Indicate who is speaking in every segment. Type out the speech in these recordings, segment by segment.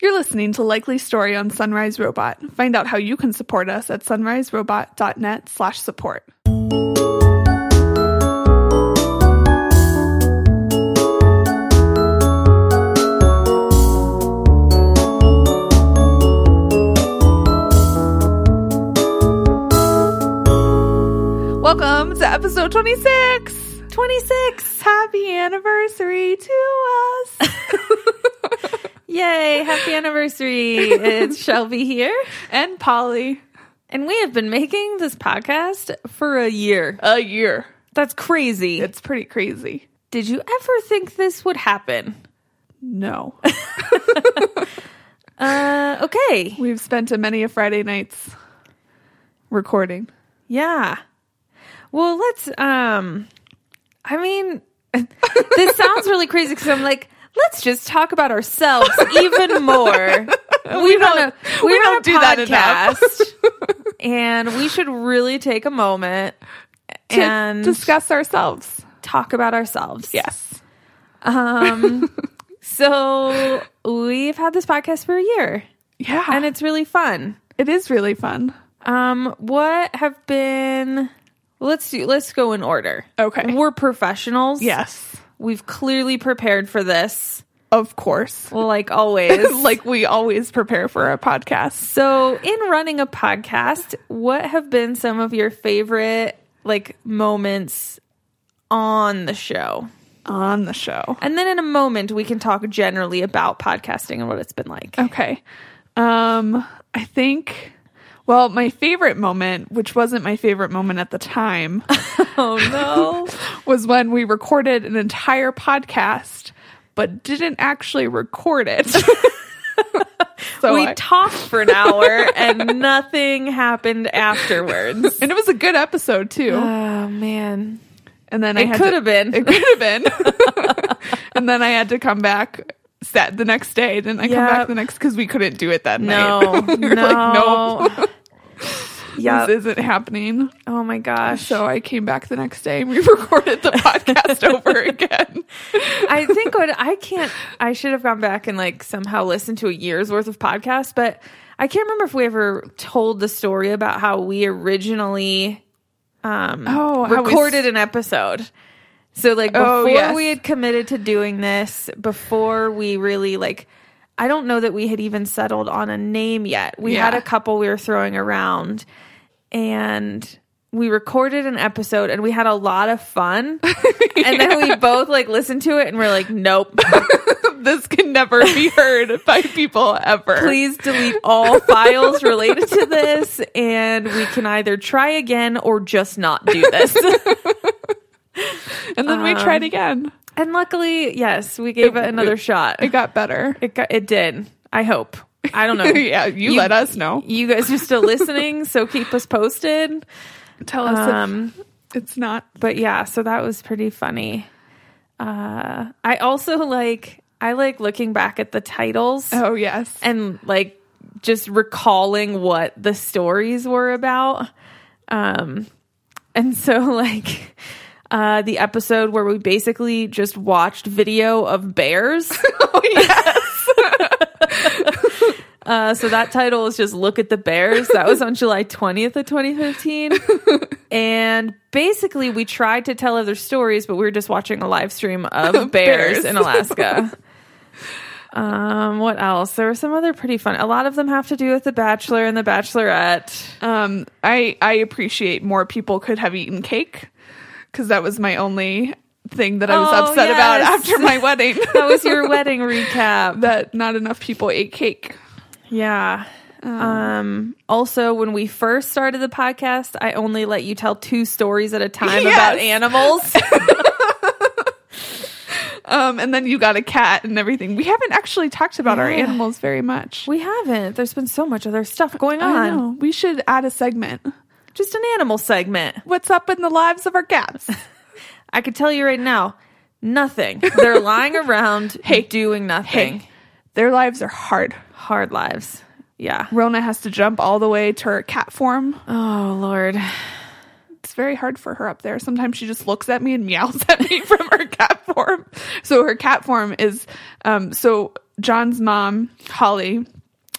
Speaker 1: You're listening to Likely Story on Sunrise Robot. Find out how you can support us at sunriserobot.net slash support. Welcome to episode 26.
Speaker 2: 26.
Speaker 1: Happy anniversary to us.
Speaker 2: Yay, happy anniversary. it's Shelby here.
Speaker 1: and Polly.
Speaker 2: And we have been making this podcast for a year.
Speaker 1: A year.
Speaker 2: That's crazy.
Speaker 1: It's pretty crazy.
Speaker 2: Did you ever think this would happen?
Speaker 1: No.
Speaker 2: Uh, okay.
Speaker 1: We've spent a many a Friday nights recording.
Speaker 2: Yeah. Well, let's um I mean, this sounds really crazy cuz I'm like Let's just talk about ourselves even more. We don't.
Speaker 1: we don't do that enough.
Speaker 2: and we should really take a moment
Speaker 1: To
Speaker 2: and
Speaker 1: discuss ourselves.
Speaker 2: talk about ourselves.
Speaker 1: Yes.
Speaker 2: So we've had this podcast for a year
Speaker 1: Yeah.
Speaker 2: and it's really fun.
Speaker 1: it is really fun.
Speaker 2: Um, what have been let's do let's go in order.
Speaker 1: Okay.
Speaker 2: We're professionals.
Speaker 1: Yes.
Speaker 2: We've clearly prepared for this,
Speaker 1: Of course.
Speaker 2: like always.
Speaker 1: like we always prepare for our podcasts.
Speaker 2: so in running a podcast, what have been some of your favorite like moments on the show?
Speaker 1: On the show.
Speaker 2: And then in a moment we can talk generally about podcasting and what it's been like.
Speaker 1: Okay. Um, I think, well, my favorite moment, which wasn't my favorite moment at the time,
Speaker 2: Oh no.
Speaker 1: was when we recorded an entire podcast but didn't actually record it. so
Speaker 2: we
Speaker 1: I-
Speaker 2: talked for an hour and nothing happened afterwards.
Speaker 1: and it was a good episode too.
Speaker 2: Oh man.
Speaker 1: and then I
Speaker 2: It
Speaker 1: had
Speaker 2: could
Speaker 1: to-
Speaker 2: have been.
Speaker 1: It could have been. and then I had to come back sat the next day. Didn't I come back
Speaker 2: Yep.
Speaker 1: the next because we couldn't do it that
Speaker 2: no.
Speaker 1: night? we were like, no,
Speaker 2: no. Yup.
Speaker 1: this isn't happening.
Speaker 2: Oh my gosh.
Speaker 1: So I came back the next day and we recorded the podcast over again.
Speaker 2: I think what I can't I should have gone back and like somehow listened to a year's worth of podcasts, but I can't remember if we ever told the story about how we originally um
Speaker 1: Oh, how we s-
Speaker 2: recorded an episode. So like before
Speaker 1: Oh, yes.
Speaker 2: we had committed to doing this, before we really like I don't know that we had even settled on a name yet. We had
Speaker 1: Yeah.
Speaker 2: a couple we were throwing around and we recorded an episode and we had a lot of fun. And then we both like listened to it and we're like, nope,
Speaker 1: this can never be heard by people ever.
Speaker 2: please delete all files related to this. And we can either try again or just not do this.
Speaker 1: And then we tried again.
Speaker 2: and luckily, yes, we gave it another shot.
Speaker 1: It got better.
Speaker 2: It, got, it did. I hope. I don't know.
Speaker 1: yeah, you, let us know.
Speaker 2: You guys are still listening, so keep us posted.
Speaker 1: Tell us
Speaker 2: Um,
Speaker 1: if it's not.
Speaker 2: but yeah, so that was pretty funny. Uh, I also like, I like looking back at the titles.
Speaker 1: Oh, yes.
Speaker 2: and like just recalling what the stories were about. Um, and so like uh, the episode where we basically just watched video of bears. oh yes. Uh, so that title is just "Look at the Bears." That was on July twentieth of twenty fifteen, and basically we tried to tell other stories, but we were just watching a live stream of bears
Speaker 1: Bears.
Speaker 2: in Alaska. Um, what else? There were some other pretty fun. A lot of them have to do with The Bachelor and The Bachelorette.
Speaker 1: Um, I I appreciate more people could have eaten cake because that was my only thing that I was
Speaker 2: Oh,
Speaker 1: upset about
Speaker 2: yes.
Speaker 1: after my wedding.
Speaker 2: That was your wedding recap.
Speaker 1: that not enough people ate cake.
Speaker 2: Yeah. Um, also when we first started the podcast, I only let you tell two stories at a time
Speaker 1: Yes.
Speaker 2: about animals.
Speaker 1: Um, and then you got a cat and everything. We haven't actually talked about our
Speaker 2: Yeah.
Speaker 1: animals very much.
Speaker 2: we haven't. There's been so much other stuff going
Speaker 1: I
Speaker 2: on.
Speaker 1: know. We should add a segment.
Speaker 2: Just an animal segment.
Speaker 1: What's up in the lives of our cats?
Speaker 2: I could tell you right now, nothing. They're lying around hey, doing nothing.
Speaker 1: Hey, their lives are hard.
Speaker 2: Hard lives. Yeah.
Speaker 1: Rona has to jump all the way to her cat form
Speaker 2: Oh Lord.
Speaker 1: it's very hard for her up there. Sometimes she just looks at me and meows at me from her cat form. So her cat form is um, so John's mom, Holly,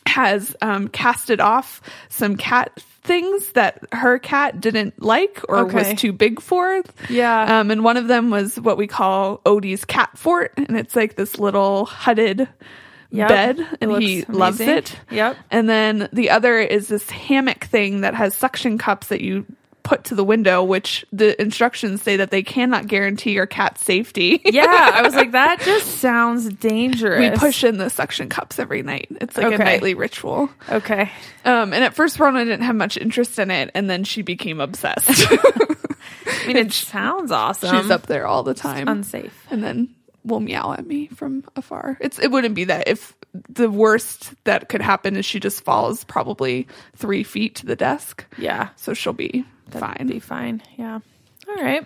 Speaker 1: has um, casted off some cat things that her cat didn't like or
Speaker 2: Okay.
Speaker 1: was too big for.
Speaker 2: Yeah.
Speaker 1: Um, and one of them was what we call Odie's cat fort. And it's like this little hutted
Speaker 2: Yep.
Speaker 1: bed.
Speaker 2: It
Speaker 1: And
Speaker 2: looks
Speaker 1: he loves
Speaker 2: amazing.
Speaker 1: it.
Speaker 2: Yep.
Speaker 1: And then the other is this hammock thing that has suction cups that you put to the window, which the instructions say that they cannot guarantee your cat's safety.
Speaker 2: Yeah, I was like, that just sounds dangerous.
Speaker 1: we push in the suction cups every night. It's like a
Speaker 2: Okay.
Speaker 1: nightly ritual.
Speaker 2: Okay.
Speaker 1: Um, and at first, Rona didn't have much interest in it, and then she became obsessed.
Speaker 2: I mean, it sounds awesome.
Speaker 1: She's up there all the time,
Speaker 2: unsafe.
Speaker 1: and then will meow at me from afar. It's it wouldn't be that if the worst that could happen is she just falls probably three feet to the desk,
Speaker 2: Yeah.
Speaker 1: so she'll be fine.
Speaker 2: Be fine. Yeah. All right.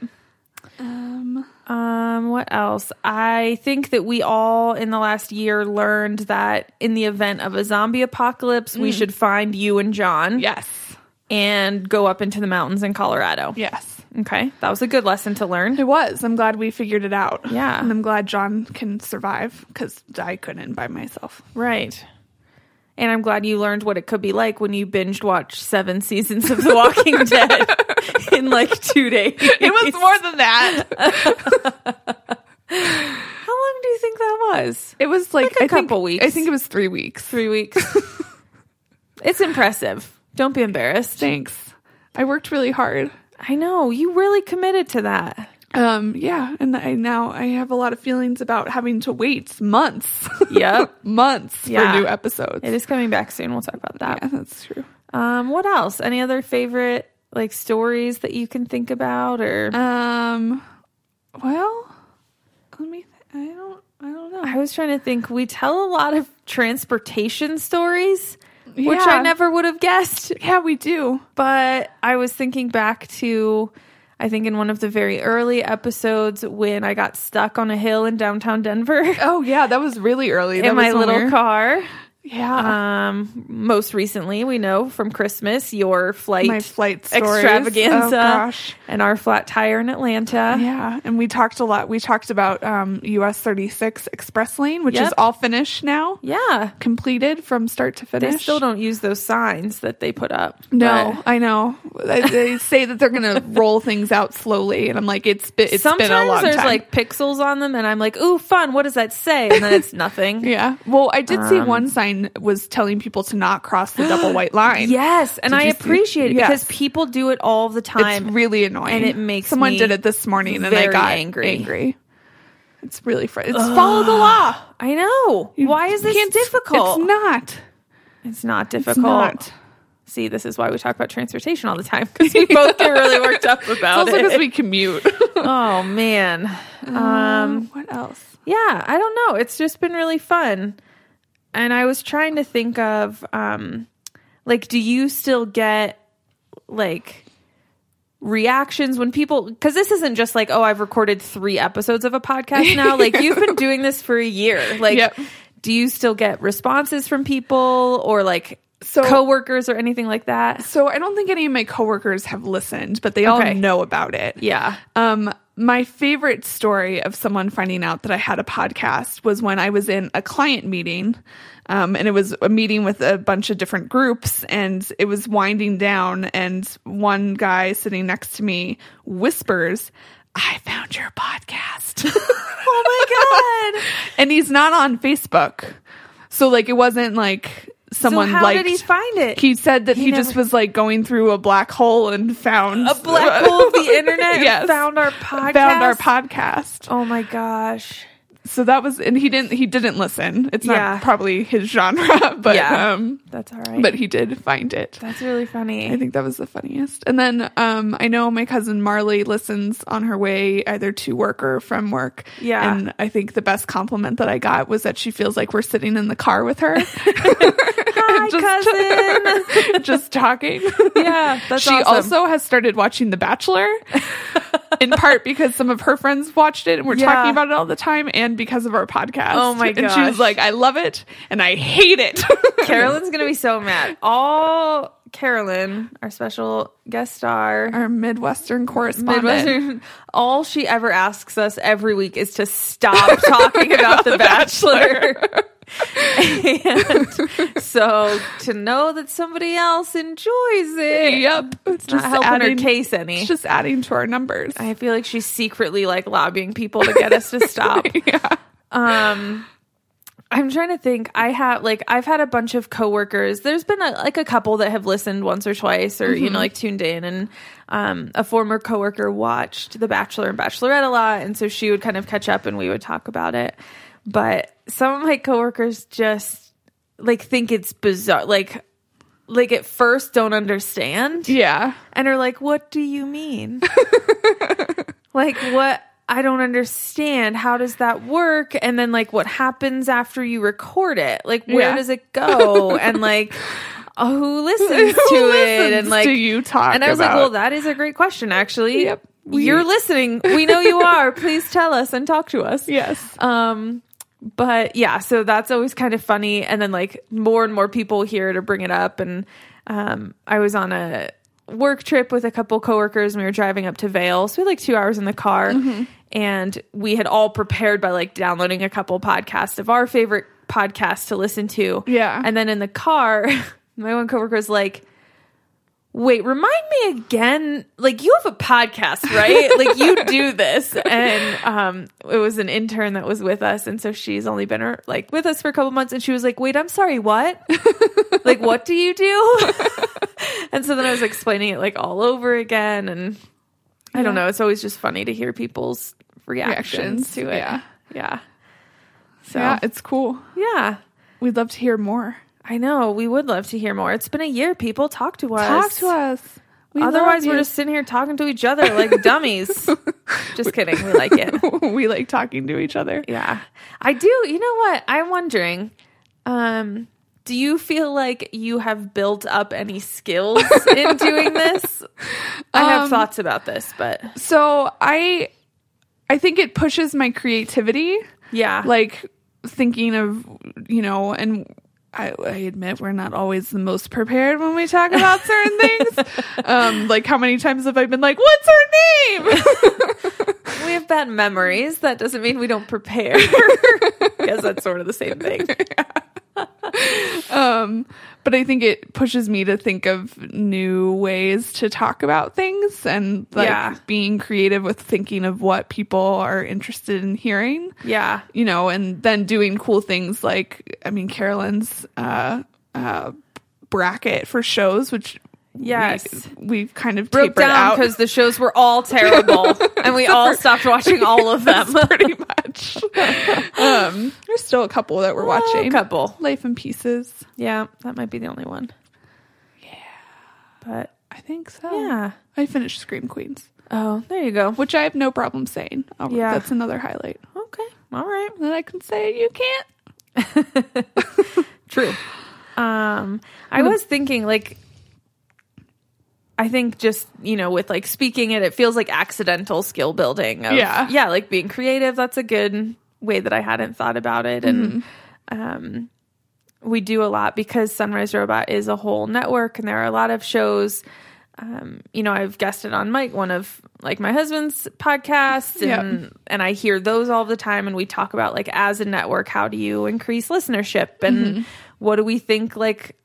Speaker 1: um,
Speaker 2: Um, what else? I think that we all in the last year learned that in the event of a zombie apocalypse,
Speaker 1: Mm.
Speaker 2: we should find you and John
Speaker 1: yes,
Speaker 2: and go up into the mountains in Colorado.
Speaker 1: yes,
Speaker 2: Okay. That was a good lesson to learn.
Speaker 1: it was. I'm glad we figured it out.
Speaker 2: Yeah.
Speaker 1: and I'm glad John can survive because I couldn't by myself.
Speaker 2: Right. And I'm glad you learned what it could be like when you binge watched seven seasons of The Walking Dead in like two days.
Speaker 1: It was more than that.
Speaker 2: How long do you think that was?
Speaker 1: It was like,
Speaker 2: a
Speaker 1: I think-
Speaker 2: couple weeks.
Speaker 1: I think it was three weeks.
Speaker 2: Three weeks. it's impressive. Don't be embarrassed.
Speaker 1: Thanks. I worked really hard.
Speaker 2: I know. You really committed to that.
Speaker 1: Um, yeah, and I now I have a lot of feelings about having to wait months.
Speaker 2: Yep.
Speaker 1: months
Speaker 2: Yeah.
Speaker 1: for new episodes.
Speaker 2: It is coming back soon. We'll talk about that.
Speaker 1: Yeah, that's true.
Speaker 2: Um, what else? Any other favorite like stories that you can think about or
Speaker 1: Um, well, let me. Th- I don't. I don't know.
Speaker 2: I was trying to think. We tell a lot of transportation stories, which
Speaker 1: Yeah.
Speaker 2: I never would have guessed.
Speaker 1: Yeah, we do.
Speaker 2: But I was thinking back to, I think, in one of the very early episodes when I got stuck on a hill in downtown Denver
Speaker 1: Oh yeah, that was really early. That
Speaker 2: in my
Speaker 1: was when
Speaker 2: little
Speaker 1: we were-
Speaker 2: car.
Speaker 1: Yeah,
Speaker 2: Um, most recently, we know from Christmas your flight,
Speaker 1: my flight stories.
Speaker 2: extravaganza
Speaker 1: Oh gosh.
Speaker 2: and our flat tire in Atlanta.
Speaker 1: Yeah, and we talked a lot. We talked about um, US 36 Express Lane, which
Speaker 2: Yep.
Speaker 1: is all finished now,
Speaker 2: Yeah.
Speaker 1: completed from start to finish.
Speaker 2: They still don't use those signs that they put up.
Speaker 1: No, I know. They, they say that they're going to roll things out slowly, and I'm like, it's been it's
Speaker 2: Sometimes
Speaker 1: been a long
Speaker 2: there's
Speaker 1: time.
Speaker 2: like pixels on them, and I'm like, "Ooh, fun! What does that say?" And then it's nothing.
Speaker 1: yeah. Well, I did see
Speaker 2: Um,
Speaker 1: one sign was telling people to not cross the double white line.
Speaker 2: Yes, and I
Speaker 1: you see-
Speaker 2: appreciate it because
Speaker 1: Yes.
Speaker 2: people do it all the
Speaker 1: it's
Speaker 2: time.
Speaker 1: really annoying,
Speaker 2: and it makes
Speaker 1: someone
Speaker 2: me
Speaker 1: did it this morning, and I
Speaker 2: very
Speaker 1: got
Speaker 2: angry.
Speaker 1: angry. It's really fr- it's follow the law.
Speaker 2: I know. Why is this
Speaker 1: Can't-
Speaker 2: difficult?
Speaker 1: It's not.
Speaker 2: It's not
Speaker 1: It's
Speaker 2: difficult.
Speaker 1: not.
Speaker 2: See, this is why we talk about transportation all the time because we both get really worked up about
Speaker 1: It's also because
Speaker 2: it.
Speaker 1: we commute.
Speaker 2: oh man, um,
Speaker 1: what else?
Speaker 2: yeah, I don't know. It's just been really fun, and I was trying to think of, um, like, do you still get like reactions when people because this isn't just like oh i've recorded three episodes of a podcast now like you've been doing this for a year like
Speaker 1: Yep.
Speaker 2: do you still get responses from people or like
Speaker 1: So-
Speaker 2: coworkers or anything like that
Speaker 1: So I don't think any of my coworkers have listened, but they all
Speaker 2: Okay.
Speaker 1: know about it.
Speaker 2: yeah
Speaker 1: Um, my favorite story of someone finding out that I had a podcast was when I was in a client meeting, um, and it was a meeting with a bunch of different groups, and it was winding down, and one guy sitting next to me whispers, "I found your podcast." oh my god! and he's not on Facebook, so like it wasn't like someone
Speaker 2: so how
Speaker 1: liked.
Speaker 2: did he find it
Speaker 1: He said that he,
Speaker 2: never-
Speaker 1: just was like going through a black hole and found
Speaker 2: a black hole of the internet
Speaker 1: Yes.
Speaker 2: found our podcast
Speaker 1: found our podcast.
Speaker 2: oh my gosh
Speaker 1: So that was and he didn't he didn't listen. It's
Speaker 2: Yeah.
Speaker 1: not probably his genre, but
Speaker 2: Yeah.
Speaker 1: um
Speaker 2: that's all right
Speaker 1: but he did find it.
Speaker 2: that's really funny
Speaker 1: I think that was the funniest. And then um I know my cousin Marley listens on her way either to work or from work.
Speaker 2: Yeah.
Speaker 1: And I think the best compliment that I got was that she feels like we're sitting in the car with her.
Speaker 2: Hi, cousin.
Speaker 1: just talking.
Speaker 2: yeah, that's
Speaker 1: she
Speaker 2: awesome.
Speaker 1: also has started watching The Bachelor, in part because some of her friends watched it and we're
Speaker 2: Yeah.
Speaker 1: talking about it all the time, and because of our podcast.
Speaker 2: Oh my
Speaker 1: And she
Speaker 2: gosh.
Speaker 1: was like, "I love it and I hate it."
Speaker 2: Carolyn's gonna be so mad. All Carolyn, our special guest star,
Speaker 1: Our Midwestern correspondent.
Speaker 2: Midwestern, all she ever asks us every week is to stop talking about The Bachelor. and so to know that somebody else enjoys it,
Speaker 1: Yep. It's
Speaker 2: not helping her case any.
Speaker 1: It's just adding to our numbers.
Speaker 2: I feel like she's secretly like lobbying people to get us to stop.
Speaker 1: yeah.
Speaker 2: Um, I'm trying to think. I have like I've had a bunch of coworkers. There's been a, like a couple that have listened once or twice, or you know, like tuned in. And um, a former coworker watched The Bachelor and Bachelorette a lot, and so she would kind of catch up, and we would talk about it. But some of my coworkers just like think it's bizarre. Like, like at first don't understand
Speaker 1: Yeah.
Speaker 2: and are like, "What do you mean? like what? I don't understand. How does that work? And then like, what happens after you record it? Like, where
Speaker 1: Yeah.
Speaker 2: does it go? and like, uh, who listens to
Speaker 1: Who
Speaker 2: it?
Speaker 1: listens
Speaker 2: And like,
Speaker 1: to you talk.
Speaker 2: and I was like,
Speaker 1: about-
Speaker 2: well, that is a great question, actually.
Speaker 1: Yep. We-
Speaker 2: You're listening. We know you are. Please tell us and talk to us.
Speaker 1: yes.
Speaker 2: Um, but yeah, so that's always kind of funny. And then like more and more people here to bring it up. And um, I was on a work trip with a couple coworkers and we were driving up to Vale. So we had like two hours in the car and we had all prepared by like downloading a couple podcasts of our favorite podcasts to listen to.
Speaker 1: Yeah.
Speaker 2: And then in the car, my one coworker was like, Wait, remind me again. Like you have a podcast, right? like you do this, and um, it was an intern that was with us, and so she's only been ar- like with us for a couple months, and she was like, "Wait, I'm sorry, what? like, what do you do?" and so then I was explaining it like all over again, and I don't know. It's always just funny to hear people's reactions,
Speaker 1: Reactions,
Speaker 2: to it.
Speaker 1: yeah.
Speaker 2: yeah. So
Speaker 1: Yeah, it's cool.
Speaker 2: yeah,
Speaker 1: We'd love to hear more.
Speaker 2: I know. We would love to hear more. It's been a year, people. Talk to us.
Speaker 1: Talk to us. We
Speaker 2: Otherwise,
Speaker 1: love
Speaker 2: we're
Speaker 1: you.
Speaker 2: just sitting here talking to each other like dummies. just kidding. We like it.
Speaker 1: we like talking to each other.
Speaker 2: Yeah. I do. You know what? I'm wondering um, do you feel like you have built up any skills in doing this? I have
Speaker 1: Um,
Speaker 2: thoughts about this, but
Speaker 1: So I, I think it pushes my creativity.
Speaker 2: yeah.
Speaker 1: like thinking of you know and I, I admit we're not always the most prepared when we talk about certain things um like how many times have i been like what's her name
Speaker 2: we have bad memories. That doesn't mean we don't prepare. Because that's sort of the same thing.
Speaker 1: um but i think it pushes me to think of new ways to talk about things and like
Speaker 2: Yeah.
Speaker 1: being creative with thinking of what people are interested in hearing
Speaker 2: Yeah.
Speaker 1: you know, and then doing cool things like I mean Carolyn's uh uh bracket for shows, which
Speaker 2: Yes.
Speaker 1: we, we've kind of
Speaker 2: Broke
Speaker 1: tapered
Speaker 2: down
Speaker 1: out
Speaker 2: because the shows were all terrible and we all stopped watching all of them.
Speaker 1: pretty much. um, there's still a couple that we're watching.
Speaker 2: A Oh, couple.
Speaker 1: Life in Pieces,
Speaker 2: Yeah, that might be the only one. Yeah. Oh.
Speaker 1: I think so.
Speaker 2: But yeah.
Speaker 1: I finished Scream Queens,
Speaker 2: Oh, there you go.
Speaker 1: which I have no problem saying. I'll-
Speaker 2: Yeah.
Speaker 1: that's another highlight
Speaker 2: Okay. All right.
Speaker 1: that I can say. You can't.
Speaker 2: True. Um I was thinking like I think just, you know, with like speaking it, it feels like accidental skill building. Of,
Speaker 1: Yeah.
Speaker 2: Yeah, like being creative, that's a good way that I hadn't thought about it. And um we do a lot because Sunrise Robot is a whole network and there are a lot of shows. Um, you know, I've guested on Mike, one of like my husband's podcasts,
Speaker 1: Yep.
Speaker 2: and and I hear those all the time. And we talk about like as a network, how do you increase listenership, and what do we think like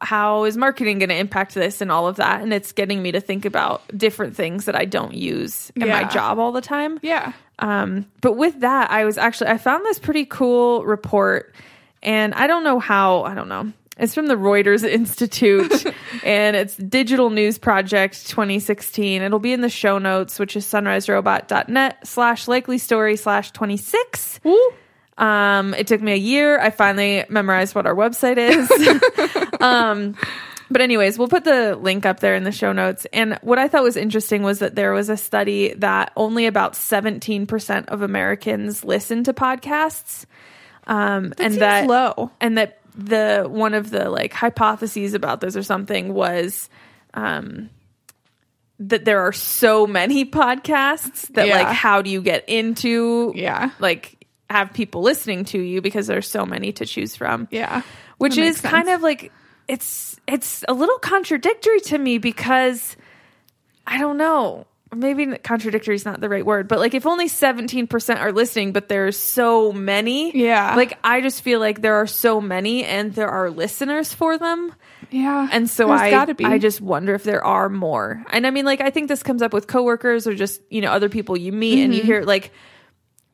Speaker 2: how is marketing going to impact this and all of that and it's getting me to think about different things that i don't use in my
Speaker 1: Yeah.
Speaker 2: job all the time
Speaker 1: Yeah.
Speaker 2: um, but with that, I was actually I found this pretty cool report, and I don't know how I don't know. It's from the Reuters Institute, and it's Digital News Project 2016. It'll be in the show notes, which is sunriserobot.net slash likely story slash 26. Um, it took me a year. I finally memorized what our website is. um, but anyways, we'll put the link up there in the show notes. And what I thought was interesting was that there was a study that only about 17% of Americans listen to podcasts. Um, and
Speaker 1: seems
Speaker 2: that
Speaker 1: low.
Speaker 2: and that the one of the like hypotheses about this or something was um that there are so many podcasts that
Speaker 1: Yeah.
Speaker 2: like how do you get into
Speaker 1: Yeah.
Speaker 2: like have people listening to you because there's so many to choose from
Speaker 1: Yeah.
Speaker 2: which
Speaker 1: That
Speaker 2: is
Speaker 1: makes
Speaker 2: kind
Speaker 1: sense.
Speaker 2: of like it's it's a little contradictory to me because I don't know. Maybe contradictory is not the right word, but like if only 17% are listening, but there's so many.
Speaker 1: Yeah.
Speaker 2: Like I just feel like there are so many and there are listeners for them.
Speaker 1: Yeah.
Speaker 2: And so
Speaker 1: There's
Speaker 2: I
Speaker 1: gotta be.
Speaker 2: I just wonder if there are more. And I mean like I think this comes up with coworkers or just, you know, other people you meet
Speaker 1: Mm-hmm.
Speaker 2: and you hear like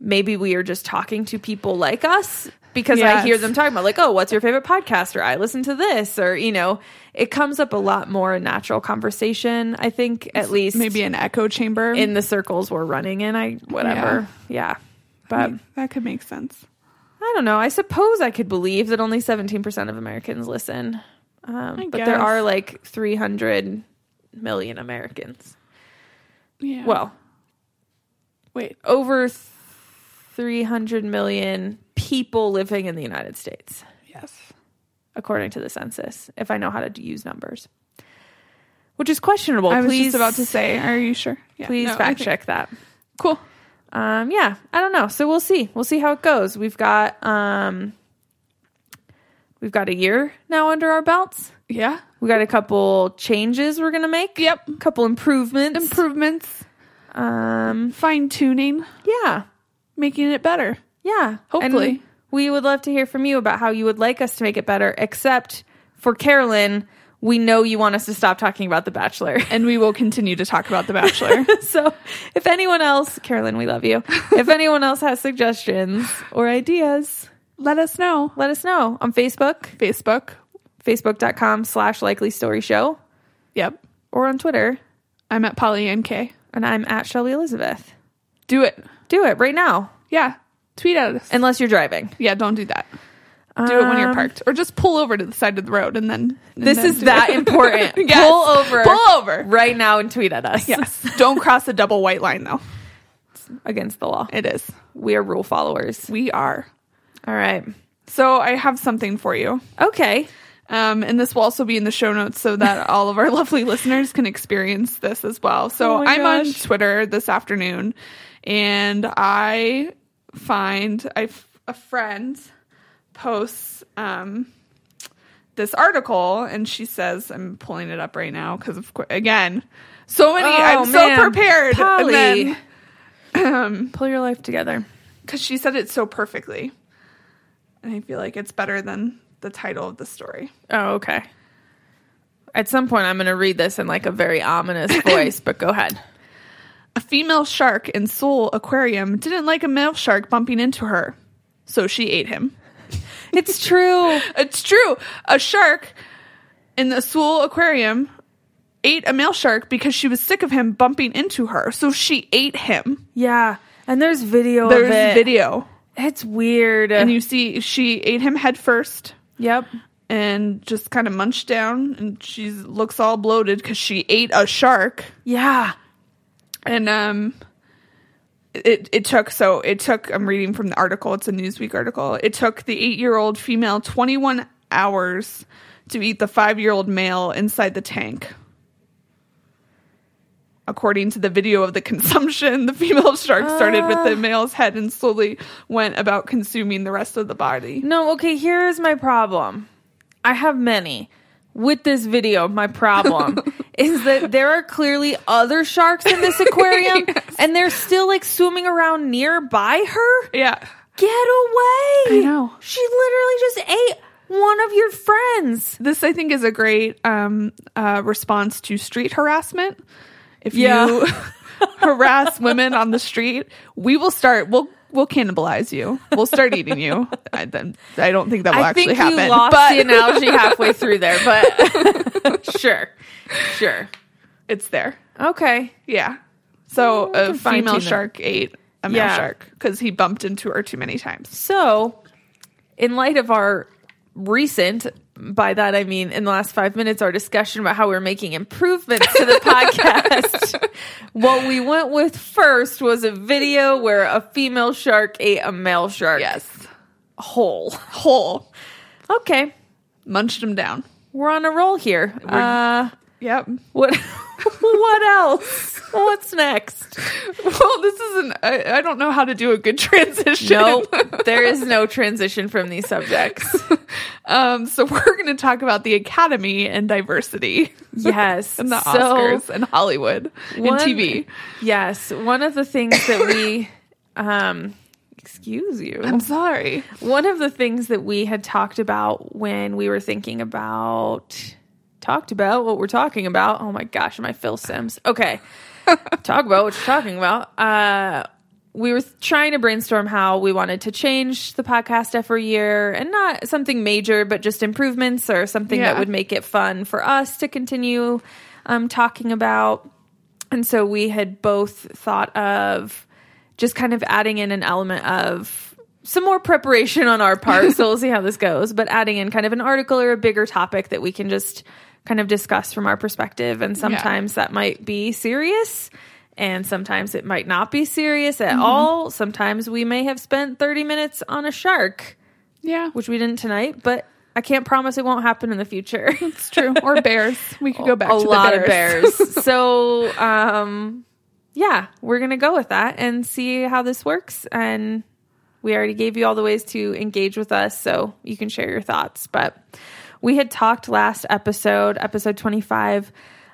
Speaker 2: maybe we are just talking to people like us because I hear
Speaker 1: Yes.
Speaker 2: them talking about like, "Oh, what's your favorite podcast?" or "I listen to this," or you know, it comes up a lot more in natural conversation, I think, at least
Speaker 1: maybe an echo chamber.
Speaker 2: in the circles we're running in, I whatever. Yeah. But
Speaker 1: that could make sense.
Speaker 2: I don't know. I suppose I could believe that only 17% of Americans listen. Um, but there
Speaker 1: guess.
Speaker 2: are like 300 million Americans.
Speaker 1: Yeah.
Speaker 2: Well,
Speaker 1: wait.
Speaker 2: over th- 300 million people living in the United States,
Speaker 1: Yes.
Speaker 2: according to the census, if I know how to d- use numbers, which is questionable.
Speaker 1: I was
Speaker 2: please,
Speaker 1: just about to say, are you sure? Yeah.
Speaker 2: please
Speaker 1: No, I
Speaker 2: fact
Speaker 1: think-
Speaker 2: check that.
Speaker 1: Cool.
Speaker 2: um yeah i don't know so we'll see we'll see how it goes we've got um we've got a year now under our belts
Speaker 1: Yeah.
Speaker 2: we got a couple changes we're gonna make
Speaker 1: Yep.
Speaker 2: a couple improvements
Speaker 1: Improvements,
Speaker 2: um
Speaker 1: fine tuning,
Speaker 2: yeah
Speaker 1: making it better.
Speaker 2: yeah
Speaker 1: Hopefully.
Speaker 2: and we would love to hear from you about how you would like us to make it better except for carolyn we know you want us to stop talking about the bachelor
Speaker 1: And we will continue to talk about The Bachelor.
Speaker 2: so if anyone else carolyn we love you if anyone else has suggestions or ideas
Speaker 1: Let us know.
Speaker 2: let us know on facebook
Speaker 1: Facebook.
Speaker 2: facebook.com slash likely story show
Speaker 1: Yep.
Speaker 2: or on twitter
Speaker 1: I'm at Polly NK.
Speaker 2: and i'm at shelby elizabeth
Speaker 1: Do it.
Speaker 2: do it right now
Speaker 1: Yeah. Tweet at us.
Speaker 2: unless you're driving
Speaker 1: yeah, don't do that. Do it when you're
Speaker 2: Um,
Speaker 1: parked. Or just pull over to the side of the road and then. and
Speaker 2: this
Speaker 1: then
Speaker 2: is
Speaker 1: do
Speaker 2: that
Speaker 1: it.
Speaker 2: important
Speaker 1: Yes.
Speaker 2: pull over
Speaker 1: Pull over.
Speaker 2: right now and tweet at us
Speaker 1: Yes. don't cross the double white line, though.
Speaker 2: against the law
Speaker 1: It is.
Speaker 2: we are rule followers
Speaker 1: We are.
Speaker 2: all right
Speaker 1: So I have something for you.
Speaker 2: okay
Speaker 1: Um, and this will also be in the show notes so that all of our lovely listeners can experience this as well. So
Speaker 2: Oh my
Speaker 1: I'm on
Speaker 2: gosh.
Speaker 1: Twitter this afternoon and I find I f- a friend posts um, this article and she says, I'm pulling it up right now because, of course, again, so many, I'm so prepared.
Speaker 2: Oh, Polly.
Speaker 1: And then,
Speaker 2: pull your life together
Speaker 1: because she said it so perfectly. And I feel like it's better than the title of the story.
Speaker 2: oh okay at some point i'm going to read this in like a very ominous voice but go ahead
Speaker 1: A female shark in Seoul Aquarium didn't like a male shark bumping into her, so she ate him.
Speaker 2: it's true
Speaker 1: It's true. A shark in the Seoul Aquarium ate a male shark because she was sick of him bumping into her, so she ate him.
Speaker 2: yeah and there's video
Speaker 1: There's
Speaker 2: of it.
Speaker 1: video.
Speaker 2: It's weird.
Speaker 1: And you see she ate him head first
Speaker 2: yep.
Speaker 1: and just kind of munched down and she looks all bloated cuz she ate a shark.
Speaker 2: Yeah.
Speaker 1: and um it it took so it took I'm reading from the article it's a Newsweek article it took the 8-year-old female 21 hours to eat the 5-year-old male inside the tank According to the video of the consumption, the female shark started with the male's head and slowly went about consuming the rest of the body.
Speaker 2: No, okay, here is my problem. I have many. With this video, my problem is that there are clearly other sharks in this aquarium and they're still like swimming around nearby her.
Speaker 1: Yeah.
Speaker 2: Get away.
Speaker 1: I know.
Speaker 2: She literally just ate one of your friends.
Speaker 1: This, I think, is a great um, uh, response to street harassment. If
Speaker 2: Yeah.
Speaker 1: you harass women on the street, we will start. We'll we'll cannibalize you. We'll start eating you. I, then- I don't think that will
Speaker 2: I
Speaker 1: actually
Speaker 2: think
Speaker 1: happen.
Speaker 2: you lost
Speaker 1: but
Speaker 2: the analogy halfway through there, but sure. Sure.
Speaker 1: it's there.
Speaker 2: Okay.
Speaker 1: Yeah. So
Speaker 2: Well, we
Speaker 1: a
Speaker 2: can fine-tune
Speaker 1: female
Speaker 2: it.
Speaker 1: shark ate a male
Speaker 2: Yeah.
Speaker 1: shark because he bumped into her too many times.
Speaker 2: So, in light of our recent, by that I mean in the last five minutes, our discussion about how we're making improvements to the podcast, what we went with first was a video where a female shark ate a male shark
Speaker 1: Yes.
Speaker 2: whole.
Speaker 1: Whole
Speaker 2: Okay,
Speaker 1: munched him down.
Speaker 2: we're on a roll here. Uh,
Speaker 1: Yep.
Speaker 2: what? what else? What's next?
Speaker 1: Well, this is an. I, I don't know how to do a good transition.
Speaker 2: Nope. There is no transition from these subjects.
Speaker 1: Um, so we're going to talk about the Academy and diversity
Speaker 2: Yes.
Speaker 1: and the
Speaker 2: So,
Speaker 1: Oscars and Hollywood
Speaker 2: one-
Speaker 1: and TV.
Speaker 2: Yes. One of the things that we um excuse you.
Speaker 1: I'm sorry.
Speaker 2: One of the things that we had talked about when we were thinking about talked about what we're talking about. Oh my gosh, am I Phil Sims? Okay. Talk about what you're talking about. Uh we were trying to brainstorm how we wanted to change the podcast every year and not something major, but just improvements or something that
Speaker 1: Yeah.
Speaker 2: would make it fun for us to continue um, talking about. And so we had both thought of just kind of adding in an element of some more preparation on our part. so we'll see how this goes, but adding in kind of an article or a bigger topic that we can just kind of discuss from our perspective. And sometimes that might be serious. And sometimes it might not be serious at all. Sometimes we may have spent 30 minutes on a shark,
Speaker 1: Yeah,
Speaker 2: which we didn't tonight, but I can't promise it won't happen in the future.
Speaker 1: it's true. Or bears. We could go back
Speaker 2: a
Speaker 1: to
Speaker 2: lot
Speaker 1: the bears.
Speaker 2: of bears. so, um, yeah, we're gonna go with that and see how this works. And we already gave you all the ways to engage with us, so you can share your thoughts. But we had talked last episode, episode twenty-five.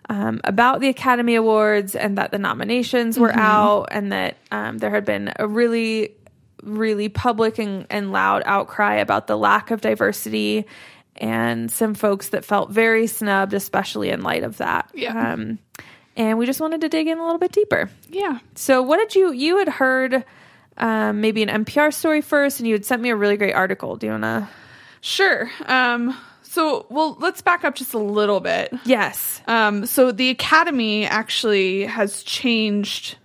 Speaker 2: Um, about the Academy Awards and that the nominations were out, and that um, there had been a really really public and, and loud outcry about the lack of diversity and some folks that felt very snubbed, especially in light of that.
Speaker 1: Yeah.
Speaker 2: Um, and we just wanted to dig in a little bit deeper.
Speaker 1: yeah.
Speaker 2: So, what did you, you had heard um, maybe an NPR story first, and you had sent me a really great article. Do you want to?
Speaker 1: Sure. Um, so, well, let's back up just a little bit.
Speaker 2: Yes.
Speaker 1: Um, so the academy actually has changed.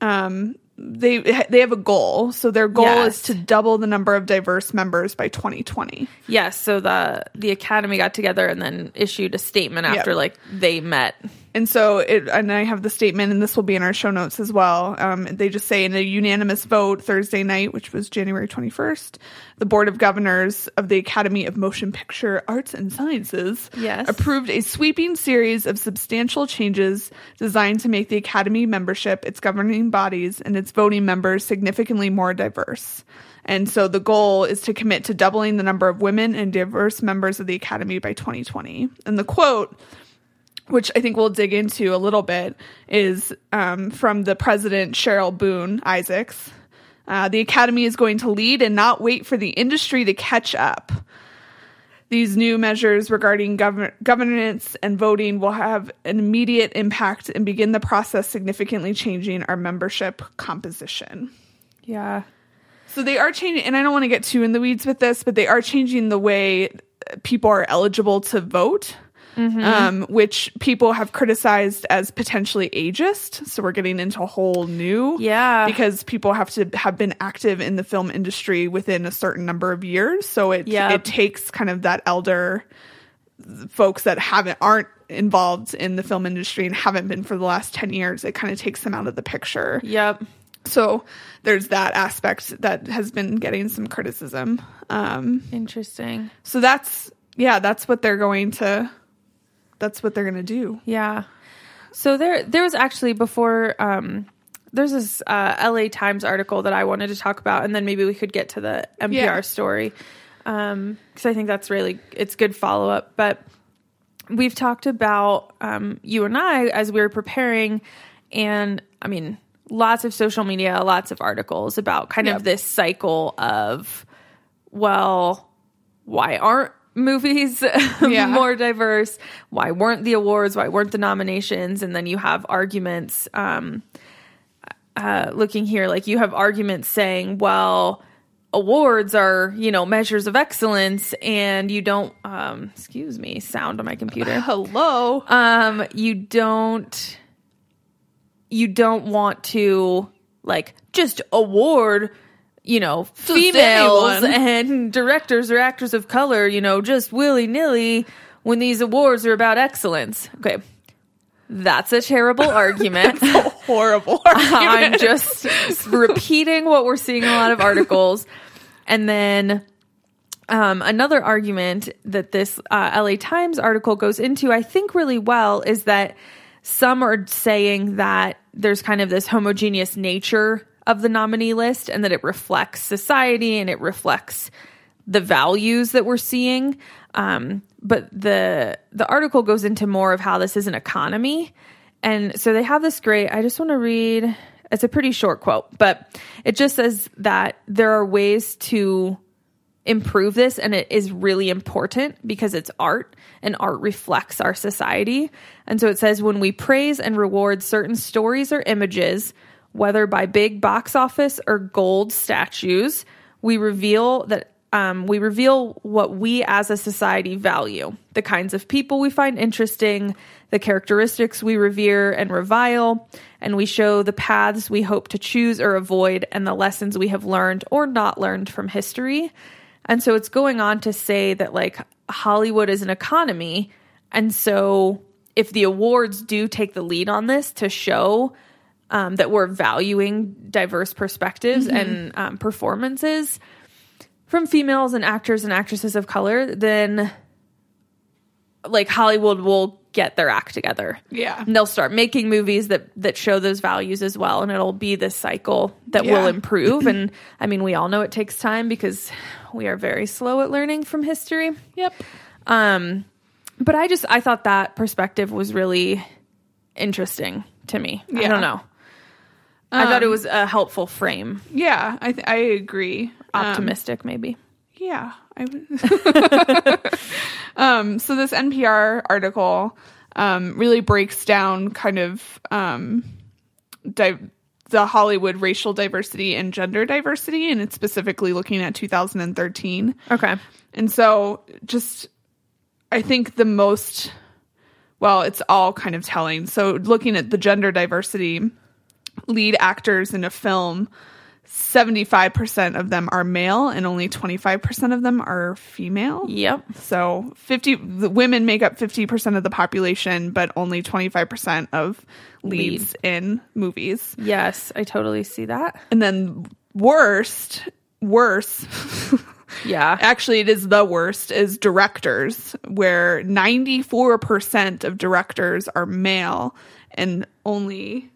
Speaker 1: Um, they they have a goal. So their goal
Speaker 2: Yes.
Speaker 1: is to double the number of diverse members by 2020.
Speaker 2: Yes. So the the academy got together and then issued a statement
Speaker 1: Yep.
Speaker 2: after like they met.
Speaker 1: And so it and I have the statement, and this will be in our show notes as well. Um, they just say in a unanimous vote Thursday night, which was January 21st, the board of governors of the Academy of Motion Picture Arts and Sciences
Speaker 2: Yes.
Speaker 1: approved a sweeping series of substantial changes designed to make the Academy membership, its governing bodies, and its voting members significantly more diverse. And so the goal is to commit to doubling the number of women and diverse members of the Academy by 2020. And the quote, which I think we'll dig into a little bit, is um, from the president, Cheryl Boone Isaacs. Uh, the Academy is going to lead and not wait for the industry to catch up. These new measures regarding govern- governance and voting will have an immediate impact and begin the process significantly changing our membership composition.
Speaker 2: Yeah.
Speaker 1: So they are changing, and I don't want to get too in the weeds with this, but they are changing the way people are eligible to vote,
Speaker 2: Mm-hmm.
Speaker 1: um, which people have criticized as potentially ageist. So we're getting into a whole new.
Speaker 2: Yeah.
Speaker 1: Because people have to have been active in the film industry within a certain number of years. So it,
Speaker 2: Yep.
Speaker 1: it takes kind of that elder folks that haven't aren't involved in the film industry and haven't been for the last 10 years it kind of takes them out of the picture
Speaker 2: Yep.
Speaker 1: so there's that aspect that has been getting some criticism. Um,
Speaker 2: Interesting.
Speaker 1: so that's yeah, that's what they're going to. That's what they're going to do.
Speaker 2: Yeah. So there, there was actually before. Um, there's this uh, LA Times article that I wanted to talk about, and then maybe we could get to the NPR
Speaker 1: Yeah.
Speaker 2: story because I think that's really it's good follow up. But we've talked about um, you and I as we were preparing, and I mean, lots of social media, lots of articles about kind
Speaker 1: Yep.
Speaker 2: of this cycle of well, why aren't movies more diverse? Why weren't the awards? Why weren't the nominations? And then you have arguments. Um, uh, looking here, like you have arguments saying, well, awards are you know measures of excellence, and you don't. Um, excuse me, sound on my computer
Speaker 1: Hello.
Speaker 2: um you don't you don't want to like just award you know females
Speaker 1: anyone.
Speaker 2: and directors or actors of color you know just willy-nilly when these awards are about excellence okay that's a terrible argument
Speaker 1: Horrible.
Speaker 2: I'm just repeating what we're seeing in a lot of articles. And then um, another argument that this uh, LA Times article goes into, I think, really well is that some are saying that there's kind of this homogeneous nature of the nominee list and that it reflects society and it reflects the values that we're seeing. Um, but the the article goes into more of how this is an economy. And so they have this great, I just want to read it's a pretty short quote, but it just says that there are ways to improve this and it is really important because it's art and art reflects our society. And so it says when we praise and reward certain stories or images, whether by big box office or gold statues, we reveal that um, we reveal what we as a society value, the kinds of people we find interesting, the characteristics we revere and revile, and we show the paths we hope to choose or avoid and the lessons we have learned or not learned from history. And so it's going on to say that like Hollywood is an economy. And so if the awards do take the lead on this to show um, that we're valuing diverse perspectives and um, performances from females and actors and actresses of color, then like Hollywood will get their act together.
Speaker 1: Yeah.
Speaker 2: And they'll start making movies that that show those values as well and it'll be this cycle that will
Speaker 1: Yeah.
Speaker 2: improve and I mean we all know it takes time because we are very slow at learning from history.
Speaker 1: Yep.
Speaker 2: Um but I just I thought that perspective was really interesting to me. I
Speaker 1: Yeah. Um,
Speaker 2: don't know. I thought it was a helpful frame,
Speaker 1: Yeah, I th- I agree. Um,
Speaker 2: optimistic maybe.
Speaker 1: Yeah. I would. um, so this NPR article um, really breaks down kind of um, di- the Hollywood racial diversity and gender diversity, and it's specifically looking at 2013.
Speaker 2: Okay.
Speaker 1: And so, just I think the most well, it's all kind of telling. So, looking at the gender diversity, lead actors in a film, 75% of them are male and only 25% of them are female.
Speaker 2: Yep.
Speaker 1: So, 50 the women make up 50% of the population, but only 25% of leads in movies.
Speaker 2: Yes, I totally see that.
Speaker 1: And then worst, worse
Speaker 2: Yeah.
Speaker 1: actually it is the worst is directors where 94% of directors are male and only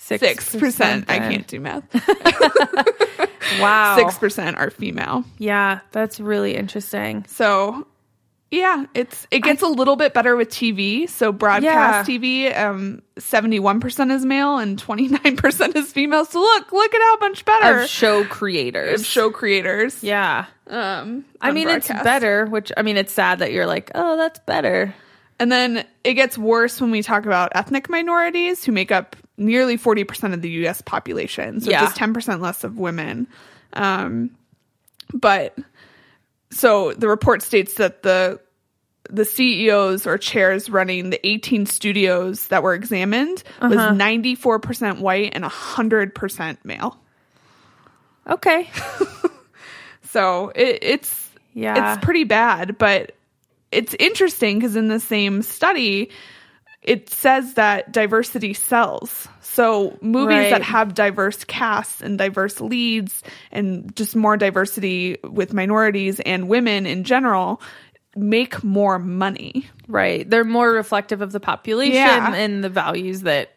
Speaker 2: 6%.
Speaker 1: 6% i can't do math
Speaker 2: Wow.
Speaker 1: 6% are female
Speaker 2: Yeah, that's really interesting.
Speaker 1: so yeah it's it gets a little bit better with tv so broadcast
Speaker 2: Yeah.
Speaker 1: tv um 71% is male and 29% is female so look look at how much better
Speaker 2: Of show creators.
Speaker 1: of show creators
Speaker 2: yeah.
Speaker 1: um
Speaker 2: I
Speaker 1: on
Speaker 2: mean, it's
Speaker 1: broadcast.
Speaker 2: better, which I mean, it's sad that you're like, oh, that's better.
Speaker 1: And then it gets worse when we talk about ethnic minorities who make up nearly 40% of the US population. So
Speaker 2: Yeah.
Speaker 1: just 10% less of women. Um, but so the report states that the the CEOs or chairs running the 18 studios that were examined was 94% white and 100% male.
Speaker 2: Okay.
Speaker 1: So it, it's
Speaker 2: Yeah.
Speaker 1: it's pretty bad, but it's interesting because in the same study, it says that diversity sells. So movies
Speaker 2: Right.
Speaker 1: that have diverse casts and diverse leads and just more diversity with minorities and women in general make more money.
Speaker 2: right. They're more reflective of the population
Speaker 1: Yeah.
Speaker 2: and the values that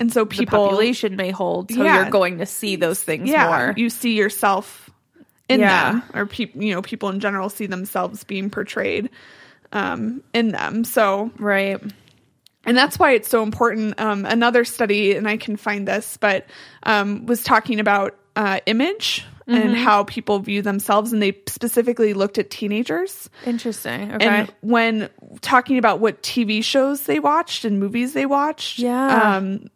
Speaker 1: And so
Speaker 2: the
Speaker 1: people
Speaker 2: population may hold. So
Speaker 1: Yeah.
Speaker 2: you're going to see those things
Speaker 1: yeah,
Speaker 2: more.
Speaker 1: you see yourself in
Speaker 2: Yeah.
Speaker 1: them or peop you know people in general see themselves being portrayed um, in them. So
Speaker 2: right.
Speaker 1: And that's why it's so important. Um, another study, and I can find this, but um, was talking about uh, image and how people view themselves. And they specifically looked at teenagers.
Speaker 2: Interesting. Okay.
Speaker 1: And when talking about what TV shows they watched and movies they watched,
Speaker 2: Yeah.
Speaker 1: um,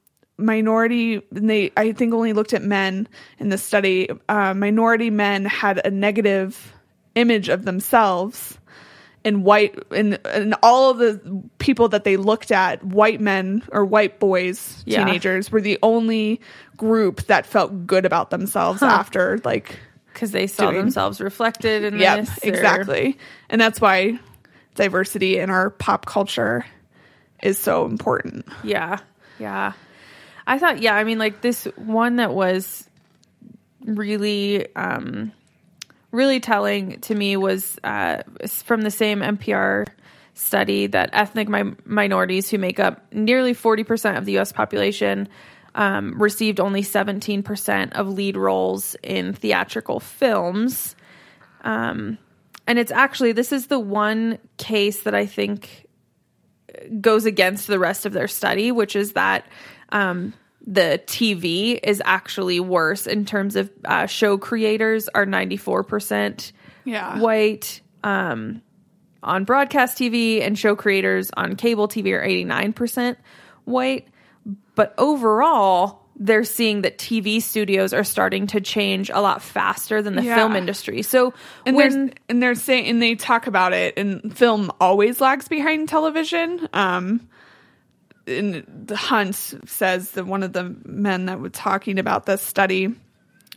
Speaker 1: minority, and they I think only looked at men in the study. Uh, minority men had a negative image of themselves, and white and and all of the people that they looked at, white men or white boys,
Speaker 2: Yeah.
Speaker 1: teenagers, were the only group that felt good about themselves after like
Speaker 2: Because they saw
Speaker 1: doing-
Speaker 2: themselves reflected in
Speaker 1: Yep,
Speaker 2: this. or-
Speaker 1: exactly. And that's why diversity in our pop culture is so important.
Speaker 2: Yeah. Yeah. I thought, yeah, I mean, like this one that was really, um, really telling to me was uh, s- from the same NPR study that ethnic mi- minorities who make up nearly 40% of the US population um, received only 17% of lead roles in theatrical films. Um, and it's actually, this is the one case that I think goes against the rest of their study, which is that um, the TV is actually worse in terms of uh, show creators are 94%
Speaker 1: Yeah.
Speaker 2: white um, on broadcast TV and show creators on cable TV are 89% white. But overall, they're seeing that TV studios are starting to change a lot faster than the
Speaker 1: Yeah.
Speaker 2: film industry. So
Speaker 1: And
Speaker 2: when
Speaker 1: they're and they're saying and they talk about it and film always lags behind television. Um and the Hunt says that one of the men that was talking about this study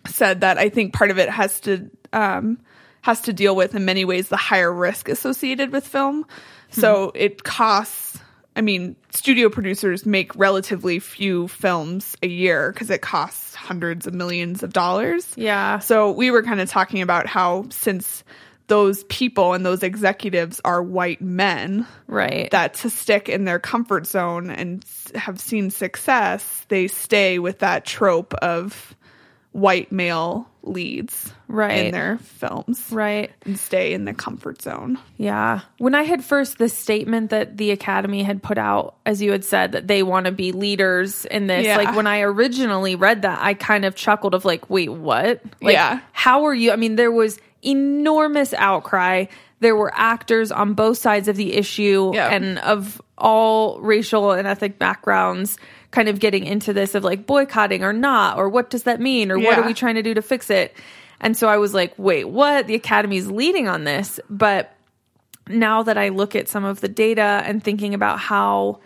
Speaker 1: said that I think part of it has to um has to deal with in many ways the higher risk associated with film. So it costs I mean, studio producers make relatively few films a year because it costs hundreds of millions of dollars.
Speaker 2: yeah,
Speaker 1: So we were kind of talking about how since those people and those executives are white men,
Speaker 2: right,
Speaker 1: that to stick in their comfort zone and s- have seen success, they stay with that trope of white male leads
Speaker 2: Right.
Speaker 1: in their films
Speaker 2: right.
Speaker 1: and stay in the comfort zone.
Speaker 2: Yeah. When I had first the statement that the Academy had put out, as you had said, that they want to be leaders in this,
Speaker 1: Yeah.
Speaker 2: like when I originally read that, I kind of chuckled of like, wait, what? Like,
Speaker 1: Yeah.
Speaker 2: How are you? I mean, there was enormous outcry. There were actors on both sides of the issue
Speaker 1: Yeah.
Speaker 2: and of all racial and ethnic backgrounds kind of getting into this of like boycotting or not, or what does that mean, or what are
Speaker 1: Yeah.
Speaker 2: we trying to do to fix it? And so I was like, wait, what? The Academy's leading on this. But now that I look at some of the data and thinking about how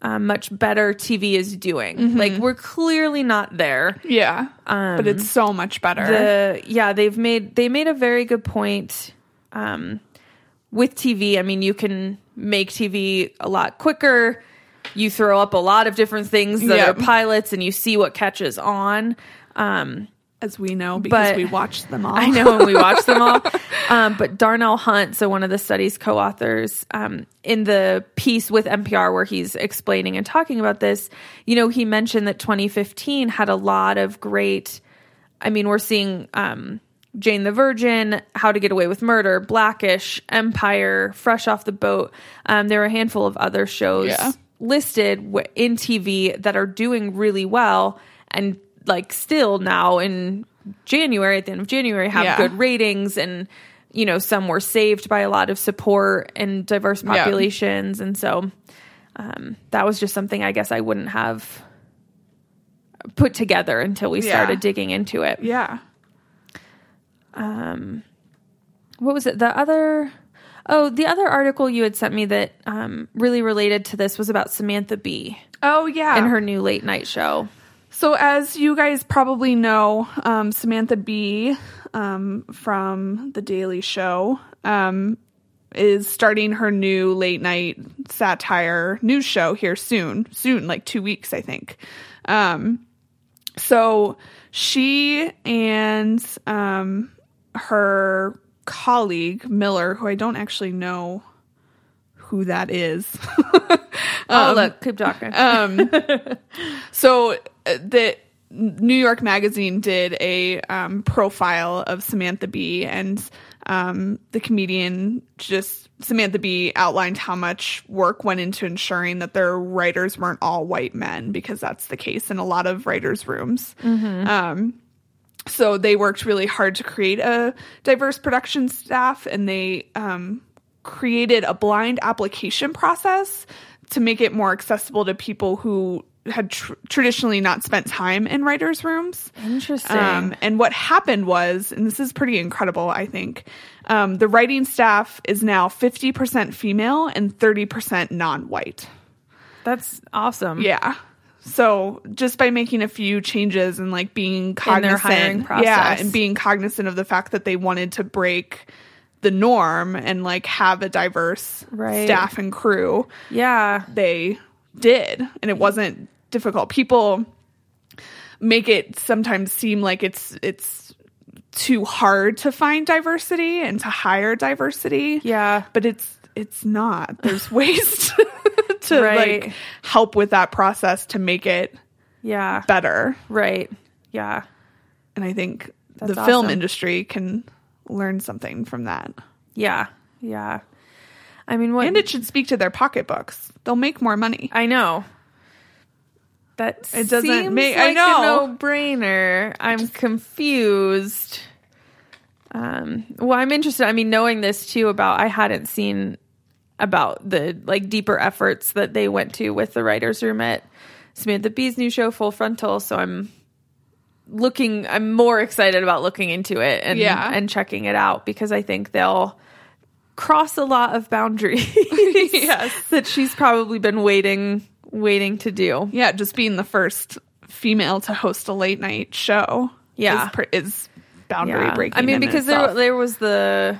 Speaker 2: uh, much better TV is doing, like we're clearly not there.
Speaker 1: Yeah. but it's so much better.
Speaker 2: Um, The yeah, they've made they made a very good point. Um, with TV, I mean, you can make TV a lot quicker. You throw up a lot of different things that
Speaker 1: Yep.
Speaker 2: are pilots, and you see what catches on. Um,
Speaker 1: as we know because
Speaker 2: but-
Speaker 1: we watched them all.
Speaker 2: I know, and we watched them all. Um, but Darnell Hunt, so one of the study's co authors, um, in the piece with NPR where he's explaining and talking about this, you know, he mentioned that 2015 had a lot of great. I mean, we're seeing um, Jane the Virgin, How to Get Away with Murder, Blackish, Empire, Fresh Off the Boat. Um, there are a handful of other shows
Speaker 1: Yeah.
Speaker 2: listed w- in TV that are doing really well and like still now in January at the end of January have
Speaker 1: Yeah.
Speaker 2: good ratings and you know some were saved by a lot of support and diverse
Speaker 1: Yeah.
Speaker 2: populations and so um, that was just something I guess I wouldn't have put together until we
Speaker 1: Yeah.
Speaker 2: started digging into it.
Speaker 1: Yeah.
Speaker 2: what was it? The other, oh, the other article you had sent me that um, really related to this was about Samantha Bee
Speaker 1: Oh yeah.
Speaker 2: and her new late night show.
Speaker 1: So, as you guys probably know, um, Samantha Bee um, from The Daily Show um, is starting her new late night satire news show here soon. Soon, like two weeks, I think. Um, so, she and um, her colleague, Miller, who I don't actually know who that is.
Speaker 2: Oh, look, keep talking.
Speaker 1: Uh, So uh, the New York Magazine did a um, profile of Samantha Bee, and um, the comedian just Samantha Bee outlined how much work went into ensuring that their writers weren't all white men because that's the case in a lot of writers' rooms. So they worked really hard to create a diverse production staff and they um, created a blind application process to make it more accessible to people who had tr- traditionally not spent time in writers' rooms.
Speaker 2: Interesting.
Speaker 1: Um, and what happened was, and this is pretty incredible, I think, um, the writing staff is now 50% female and 30% non white.
Speaker 2: That's awesome.
Speaker 1: Yeah. So just by making a few changes and like being cognizant,
Speaker 2: their hiring
Speaker 1: yeah,
Speaker 2: process.
Speaker 1: and being cognizant of the fact that they wanted to break the norm and like have a diverse
Speaker 2: Right.
Speaker 1: staff and crew,
Speaker 2: Yeah.
Speaker 1: they did, and it wasn't difficult. People make it sometimes seem like it's it's too hard to find diversity and to hire diversity
Speaker 2: Yeah.
Speaker 1: but it's it's not. There's ways to, to,
Speaker 2: Right.
Speaker 1: like help with that process to make it
Speaker 2: Yeah.
Speaker 1: better.
Speaker 2: Right. Yeah.
Speaker 1: And I think
Speaker 2: That's
Speaker 1: the film
Speaker 2: awesome.
Speaker 1: industry can learn something from that.
Speaker 2: Yeah. Yeah. I mean, what
Speaker 1: And it should speak to their pocketbooks. They'll make more money.
Speaker 2: I know. That
Speaker 1: It doesn't
Speaker 2: seems
Speaker 1: make- I
Speaker 2: like
Speaker 1: know.
Speaker 2: a no-brainer. I'm confused. Um, well, I'm interested. I mean, knowing this too about I hadn't seen about the like deeper efforts that they went to with the writers' room at Samantha Bee's new show, Full Frontal. So I'm looking. I'm more excited about looking into it and
Speaker 1: Yeah.
Speaker 2: and checking it out because I think they'll cross a lot of boundaries
Speaker 1: Yes.
Speaker 2: that she's probably been waiting waiting to do.
Speaker 1: Yeah, just being the first female to host a late night show.
Speaker 2: Yeah.
Speaker 1: is, pr- is boundary
Speaker 2: Yeah.
Speaker 1: breaking.
Speaker 2: I mean,
Speaker 1: in
Speaker 2: because there
Speaker 1: itself.
Speaker 2: there was the,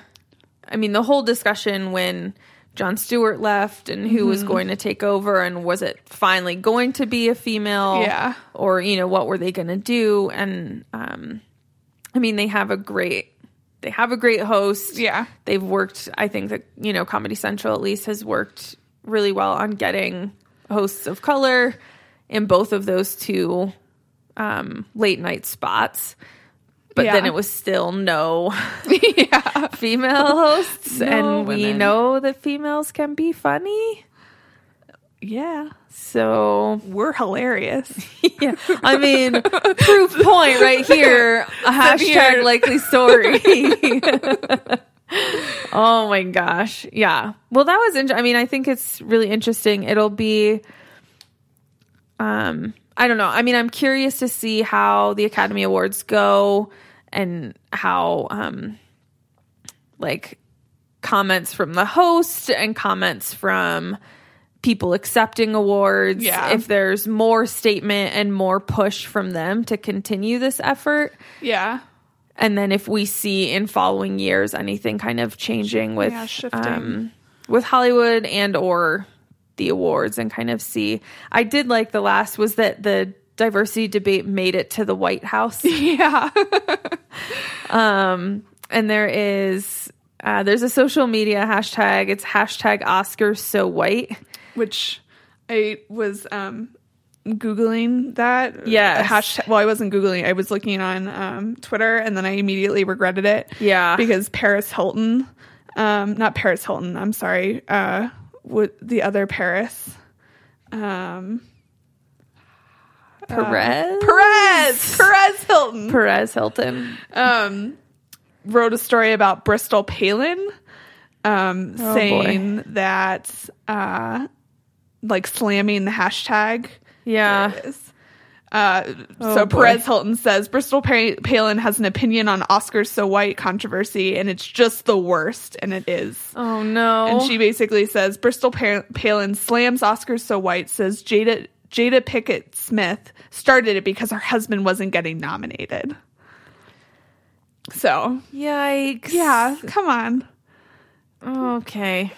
Speaker 2: I mean, the whole discussion when John Stewart left and who was going to take over and was it finally going to be a female?
Speaker 1: Yeah.
Speaker 2: Or you know what were they going to do? And um, I mean, they have a great. They have a great host.
Speaker 1: Yeah.
Speaker 2: They've worked, I think that, you know, Comedy Central at least has worked really well on getting hosts of color in both of those two um, late night spots. But
Speaker 1: Yeah.
Speaker 2: then it was still no female hosts.
Speaker 1: No
Speaker 2: and we
Speaker 1: women.
Speaker 2: know that females can be funny.
Speaker 1: yeah,
Speaker 2: So,
Speaker 1: we're hilarious.
Speaker 2: yeah. I mean, proof point right here. A
Speaker 1: here.
Speaker 2: hashtag likely story. oh my gosh. Yeah. Well, that was, int- I mean, I think it's really interesting. It'll be, um, I don't know. I mean, I'm curious to see how the Academy Awards go and how, um, like comments from the host and comments from people accepting awards
Speaker 1: Yeah.
Speaker 2: if there's more statement and more push from them to continue this effort
Speaker 1: yeah,
Speaker 2: and then if we see in following years anything kind of changing with
Speaker 1: Yeah, shifting.
Speaker 2: um, with Hollywood and or the awards and kind of see I did like the last was that the diversity debate made it to the White House
Speaker 1: yeah,
Speaker 2: and there is uh, there's a social media hashtag it's hashtag Oscars so white
Speaker 1: which I was um googling that. A
Speaker 2: Yes.
Speaker 1: hashtag. Well, I wasn't googling. I was looking on um, Twitter, and then I immediately regretted it.
Speaker 2: Yeah.
Speaker 1: because Paris Hilton, um, not Paris Hilton. I'm sorry. Uh, what the other Paris? Um,
Speaker 2: Perez
Speaker 1: Perez, Perez Hilton
Speaker 2: Perez Hilton
Speaker 1: um, wrote a story about Bristol Palin, um,
Speaker 2: Oh,
Speaker 1: saying that uh, like slamming the hashtag.
Speaker 2: yeah
Speaker 1: is. Uh,
Speaker 2: Oh,
Speaker 1: so
Speaker 2: boy.
Speaker 1: Perez Hilton says Bristol Pa- Palin has an opinion on Oscars so white controversy, and it's just the worst, and it is.
Speaker 2: oh no
Speaker 1: And she basically says Bristol Pa- Palin slams Oscars so white, says Jada Jada Pickett Smith started it because her husband wasn't getting nominated. So
Speaker 2: yikes
Speaker 1: yeah, come on.
Speaker 2: Okay.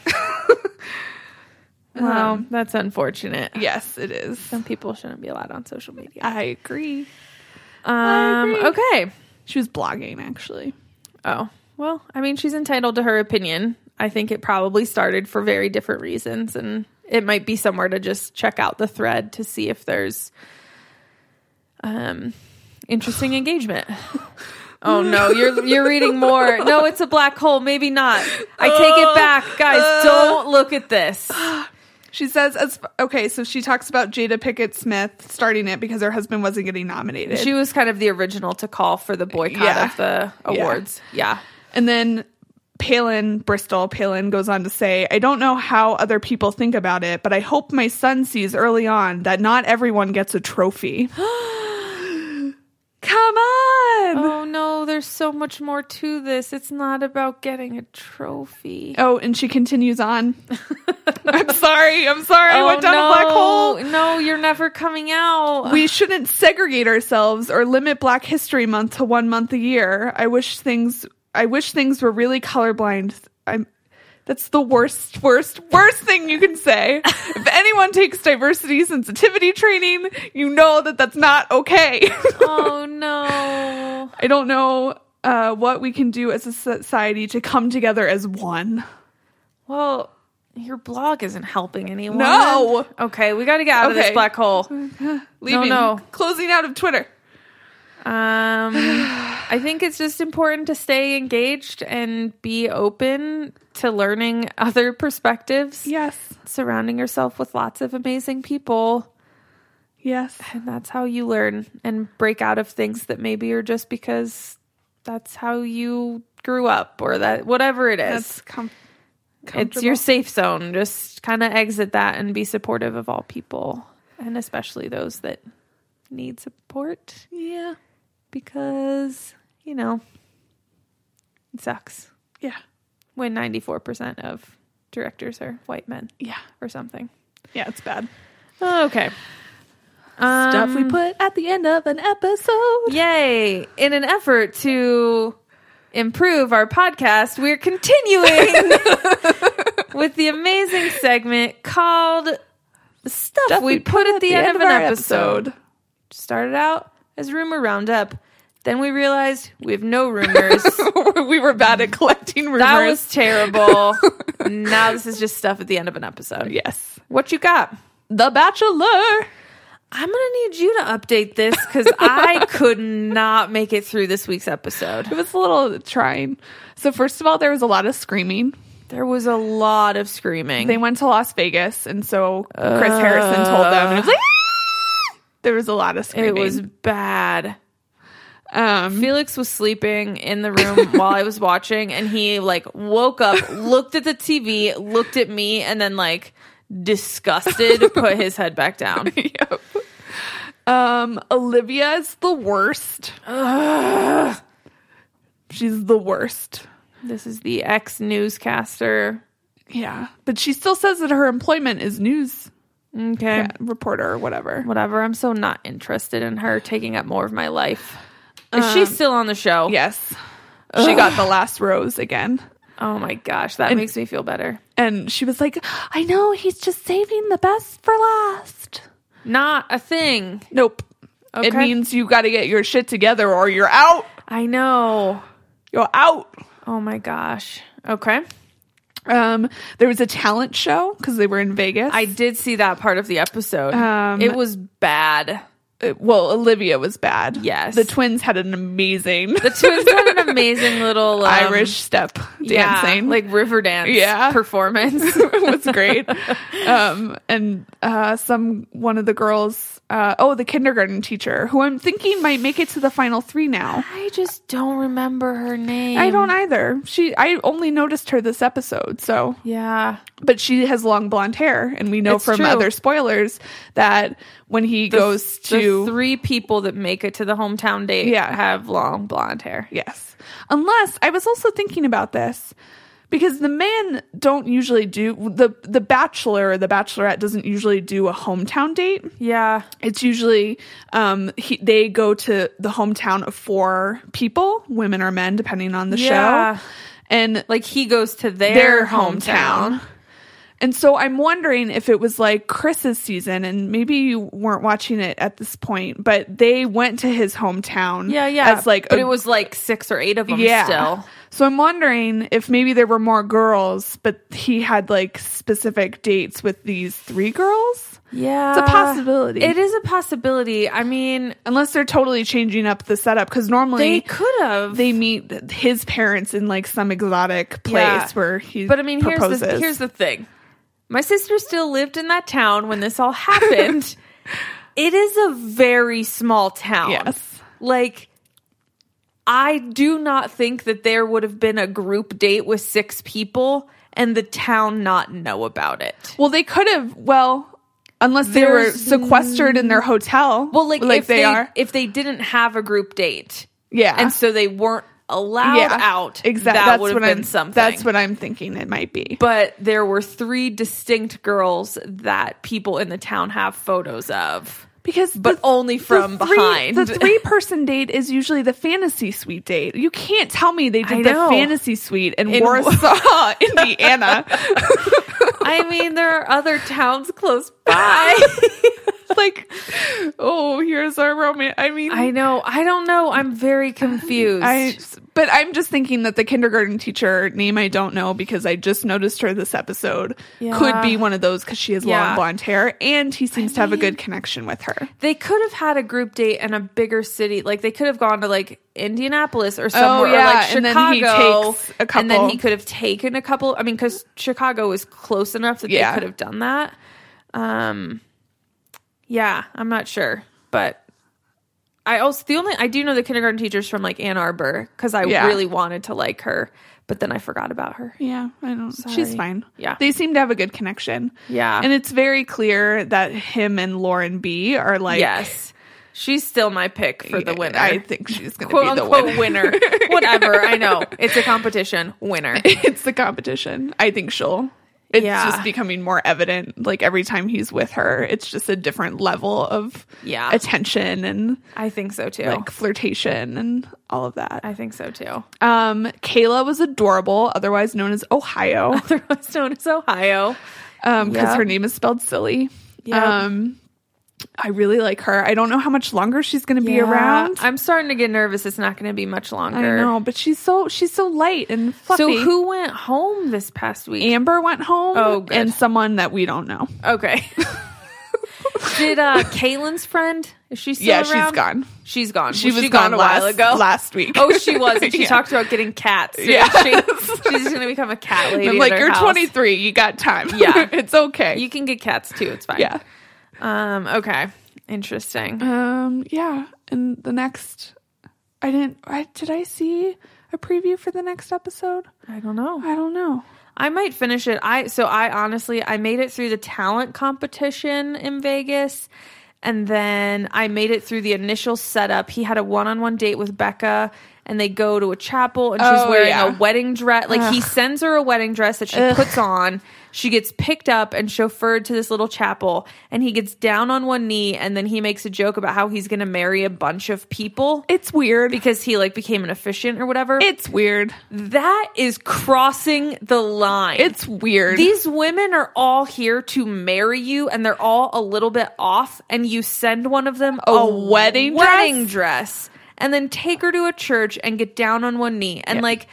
Speaker 2: wow, that's unfortunate.
Speaker 1: Yes, it is.
Speaker 2: Some people shouldn't be allowed on social media.
Speaker 1: I agree.
Speaker 2: Um,
Speaker 1: agree.
Speaker 2: okay.
Speaker 1: She was blogging actually.
Speaker 2: Oh, well, I mean, she's entitled to her opinion. I think it probably started for very different reasons, and it might be somewhere to just check out the thread to see if there's um, interesting engagement. Oh no, you're you're reading more. No, it's a black hole. Maybe not. I take it back,
Speaker 1: Oh, uh.
Speaker 2: guys. Don't look at this.
Speaker 1: She says, as, okay, so she talks about Jada Pickett Smith starting it because her husband wasn't getting nominated.
Speaker 2: She was kind of the original to call for the boycott
Speaker 1: Yeah.
Speaker 2: of the
Speaker 1: Yeah.
Speaker 2: awards. Yeah.
Speaker 1: and then Palin, Bristol Palin goes on to say, I don't know how other people think about it, but I hope my son sees early on that not everyone gets a trophy. Come on. Oh.
Speaker 2: Oh no, there's so much more to this. It's not about getting a trophy.
Speaker 1: Oh, and she continues on. I'm sorry. I'm sorry. I
Speaker 2: Oh,
Speaker 1: went down a black hole.
Speaker 2: No, you're never coming out.
Speaker 1: We shouldn't segregate ourselves or limit Black History Month to one month a year. I wish things I wish things were really colorblind. I'm that's the worst, worst, worst thing you can say. if anyone takes diversity sensitivity training, you know that that's not okay.
Speaker 2: oh no.
Speaker 1: I don't know uh, what we can do as a society to come together as one.
Speaker 2: Well, your blog isn't helping anyone.
Speaker 1: No.
Speaker 2: Okay, we got to get out of
Speaker 1: Okay.
Speaker 2: this black hole.
Speaker 1: Leaving,
Speaker 2: no.
Speaker 1: closing out of Twitter.
Speaker 2: Um, I think it's just important to stay engaged and be open to learning other perspectives.
Speaker 1: Yes,
Speaker 2: Surrounding yourself with lots of amazing people.
Speaker 1: yes,
Speaker 2: And that's how you learn and break out of things that maybe are just because that's how you grew up or that whatever it
Speaker 1: that's
Speaker 2: is.
Speaker 1: com-
Speaker 2: it's your
Speaker 1: comfortable.
Speaker 2: safe zone. Just kind of exit that and be supportive of all people and especially those that need support
Speaker 1: yeah,
Speaker 2: because, you know, it sucks
Speaker 1: yeah,
Speaker 2: when 94% of directors are white men
Speaker 1: yeah,
Speaker 2: or something.
Speaker 1: yeah. It's bad
Speaker 2: Okay.
Speaker 1: stuff we
Speaker 2: Um,
Speaker 1: put at the end of an episode.
Speaker 2: Yay! In an effort to improve our podcast, we're continuing with the amazing segment called Stuff, We Put at the, end, of an
Speaker 1: our
Speaker 2: Episode. Started out as Rumor Roundup. Then we realized we have no rumors.
Speaker 1: episode. we were bad at collecting rumors.
Speaker 2: that was terrible. now this is just stuff at the end of an episode.
Speaker 1: yes,
Speaker 2: What you got?
Speaker 1: The Bachelor.
Speaker 2: I'm going to need you to update this because I could not make it through this week's episode.
Speaker 1: It was a little trying. So first of all, there was a lot of screaming.
Speaker 2: There was a lot of screaming.
Speaker 1: They went to Las Vegas, and so
Speaker 2: Uh,
Speaker 1: Chris Harrison told them, and it was like. "Ah!" There was a lot of
Speaker 2: it
Speaker 1: screaming.
Speaker 2: was bad.
Speaker 1: um,
Speaker 2: Felix was sleeping in the room while I was watching, and he like woke up, looked at the TV, looked at me, and then like disgusted, put his head back down.
Speaker 1: yep. Um, Olivia is the worst. She's the worst.
Speaker 2: This is the ex newscaster.
Speaker 1: Yeah, but she still says that her employment is news
Speaker 2: Okay.
Speaker 1: reporter or whatever.
Speaker 2: Whatever. I'm so not interested in her taking up more of my life. Is she still on the show?
Speaker 1: Yes, she got the last rose again,
Speaker 2: Oh my gosh, that makes me feel better.
Speaker 1: and she was like, "I know he's just saving the best for last."
Speaker 2: Not a thing.
Speaker 1: Nope. It
Speaker 2: Okay.
Speaker 1: means you got to get your shit together, or you're out.
Speaker 2: I know.
Speaker 1: You're out.
Speaker 2: Oh my gosh. Okay.
Speaker 1: Um, there was a talent show because they were in Vegas.
Speaker 2: I did see that part of the episode.
Speaker 1: Um,
Speaker 2: it was bad.
Speaker 1: Uh, well, Olivia was bad.
Speaker 2: Yes.
Speaker 1: The twins had an amazing
Speaker 2: The twins had an amazing little um,
Speaker 1: Irish step
Speaker 2: yeah,
Speaker 1: dancing.
Speaker 2: like river dance
Speaker 1: Yeah.
Speaker 2: performance.
Speaker 1: it was great. um, and uh, some one of the girls, uh, oh, the kindergarten teacher, who I'm thinking might make it to the final three now.
Speaker 2: I just don't remember her name.
Speaker 1: I don't either. She, I only noticed her this episode. So,
Speaker 2: Yeah.
Speaker 1: but she has long blonde hair, and we know
Speaker 2: It's
Speaker 1: from
Speaker 2: true.
Speaker 1: other spoilers that when he goes
Speaker 2: The
Speaker 1: to
Speaker 2: three people that make it to the hometown date
Speaker 1: Yeah.
Speaker 2: have long blonde hair.
Speaker 1: Yes. Unless I was also thinking about this because the men don't usually do the the bachelor or the bachelorette doesn't usually do a hometown date.
Speaker 2: Yeah.
Speaker 1: It's usually um he, they go to the hometown of four people, women or men depending on the
Speaker 2: Yeah.
Speaker 1: show. And
Speaker 2: Like he goes to their,
Speaker 1: their
Speaker 2: hometown.
Speaker 1: hometown. And so I'm wondering if it was like Chris's season, and maybe you weren't watching it at this point, but they went to his hometown.
Speaker 2: Yeah, yeah.
Speaker 1: As like
Speaker 2: but
Speaker 1: a
Speaker 2: it was like six or eight of them still.
Speaker 1: so I'm wondering if maybe there were more girls, but he had like specific dates with these three girls.
Speaker 2: Yeah.
Speaker 1: It's a possibility.
Speaker 2: It is a possibility. I mean,
Speaker 1: Unless they're totally changing up the setup, because
Speaker 2: they
Speaker 1: normally
Speaker 2: could have.
Speaker 1: they meet his parents in like some exotic place
Speaker 2: Yeah.
Speaker 1: where he.
Speaker 2: But I mean, here's
Speaker 1: proposes.
Speaker 2: the, here's the thing. My sister still lived in that town when this all happened. it is a very small town.
Speaker 1: Yes.
Speaker 2: Like I do not think that there would have been a group date with six people and the town not know about it.
Speaker 1: well, they could have well. Unless they were
Speaker 2: There's
Speaker 1: sequestered in their hotel,
Speaker 2: Well, like,
Speaker 1: like
Speaker 2: if they,
Speaker 1: are,
Speaker 2: if they didn't have a group date
Speaker 1: yeah,
Speaker 2: and so they weren't allowed out,
Speaker 1: exactly.
Speaker 2: that
Speaker 1: that's
Speaker 2: would have
Speaker 1: what
Speaker 2: been
Speaker 1: I'm,
Speaker 2: something.
Speaker 1: That's what I'm thinking. It might be,
Speaker 2: but there were three distinct girls that people in the town have photos of,
Speaker 1: because
Speaker 2: but
Speaker 1: the-
Speaker 2: only from
Speaker 1: the three-
Speaker 2: behind.
Speaker 1: The three person date is usually the fantasy suite date. You can't tell me they
Speaker 2: I
Speaker 1: did the
Speaker 2: know.
Speaker 1: fantasy suite in,
Speaker 2: In
Speaker 1: Warsaw, Indiana.
Speaker 2: I mean, there are other towns close by.
Speaker 1: like, oh, here's our romance. I mean,
Speaker 2: I know. I don't know. I'm very confused.
Speaker 1: I, but I'm just thinking that the kindergarten teacher name I don't know because I just noticed her this episode
Speaker 2: Yeah.
Speaker 1: could be one of those because she has long
Speaker 2: Yeah.
Speaker 1: blonde hair and he seems to have a good connection with her.
Speaker 2: they could have had a group date in a bigger city. Like they could have gone to like Indianapolis or somewhere,
Speaker 1: yeah,
Speaker 2: or like Chicago.
Speaker 1: and then he takes a
Speaker 2: and then
Speaker 1: couple.
Speaker 2: he could have taken a couple. I mean, because Chicago was close enough that
Speaker 1: Yeah.
Speaker 2: they could have done that. Um, yeah, I'm not sure, but I also the only I do know the kindergarten teacher's from like Ann Arbor because I
Speaker 1: Yeah.
Speaker 2: really wanted to like her, but then I forgot about her.
Speaker 1: Yeah, I don't. She's
Speaker 2: Sorry.
Speaker 1: fine.
Speaker 2: Yeah.
Speaker 1: they seem to have a good connection.
Speaker 2: Yeah.
Speaker 1: and it's very clear that him and Lauren B are like
Speaker 2: yes, she's still my pick for the winner.
Speaker 1: I think she's going
Speaker 2: quote
Speaker 1: to be the
Speaker 2: unquote
Speaker 1: winner.
Speaker 2: winner. Whatever. I know. It's a competition. Winner.
Speaker 1: it's the competition. I think she'll. It's
Speaker 2: Yeah.
Speaker 1: just becoming more evident. Like every time he's with her, it's just a different level of
Speaker 2: Yeah.
Speaker 1: attention and
Speaker 2: I think so too.
Speaker 1: like flirtation and all of that.
Speaker 2: I think so too.
Speaker 1: Um, Kayla was adorable, otherwise known as Ohio,
Speaker 2: Otherwise known as Ohio.
Speaker 1: because
Speaker 2: Yeah.
Speaker 1: her name is spelled silly.
Speaker 2: Yeah.
Speaker 1: Um, I really like her. I don't know how much longer she's going to be around.
Speaker 2: I'm starting to get nervous. It's not going to be much longer.
Speaker 1: I know, but she's so she's so light and fluffy.
Speaker 2: So who went home this past week?
Speaker 1: Amber went home.
Speaker 2: Oh, good.
Speaker 1: and someone that we don't know.
Speaker 2: okay. Did uh Kaylin's friend? Is she still
Speaker 1: yeah, she's
Speaker 2: around?
Speaker 1: gone.
Speaker 2: She's gone.
Speaker 1: She was
Speaker 2: gone,
Speaker 1: gone
Speaker 2: a while
Speaker 1: last-
Speaker 2: ago.
Speaker 1: last week.
Speaker 2: Oh, she was. And she
Speaker 1: Yeah.
Speaker 2: talked about getting cats.
Speaker 1: Yeah.
Speaker 2: She, she's going to become a cat lady.
Speaker 1: I'm
Speaker 2: at
Speaker 1: like,
Speaker 2: her
Speaker 1: you're
Speaker 2: house.
Speaker 1: 23. You got time.
Speaker 2: Yeah.
Speaker 1: it's okay.
Speaker 2: You can get cats too. It's fine.
Speaker 1: yeah.
Speaker 2: Um. Okay. Interesting.
Speaker 1: Um. Yeah. And the next, I didn't. I, did I see a preview for the next episode?
Speaker 2: I don't know.
Speaker 1: I don't know.
Speaker 2: I might finish it. I so I honestly I made it through the talent competition in Vegas and then I made it through the initial setup. He had a one-on-one date with Becca and they go to a chapel and she's
Speaker 1: Oh,
Speaker 2: wearing
Speaker 1: yeah.
Speaker 2: a wedding dress. Like he sends her a wedding dress that she puts on. She gets picked up and chauffeured to this little chapel and he gets down on one knee and then he makes a joke about how he's going to marry a bunch of people
Speaker 1: It's weird.
Speaker 2: because he like became an officiant or whatever.
Speaker 1: It's weird.
Speaker 2: that is crossing the line.
Speaker 1: It's weird.
Speaker 2: These women are all here to marry you, and they're all a little bit off. And you send one of them a,
Speaker 1: wedding
Speaker 2: wedding dress? and then take her to a church and get down on one knee. And like,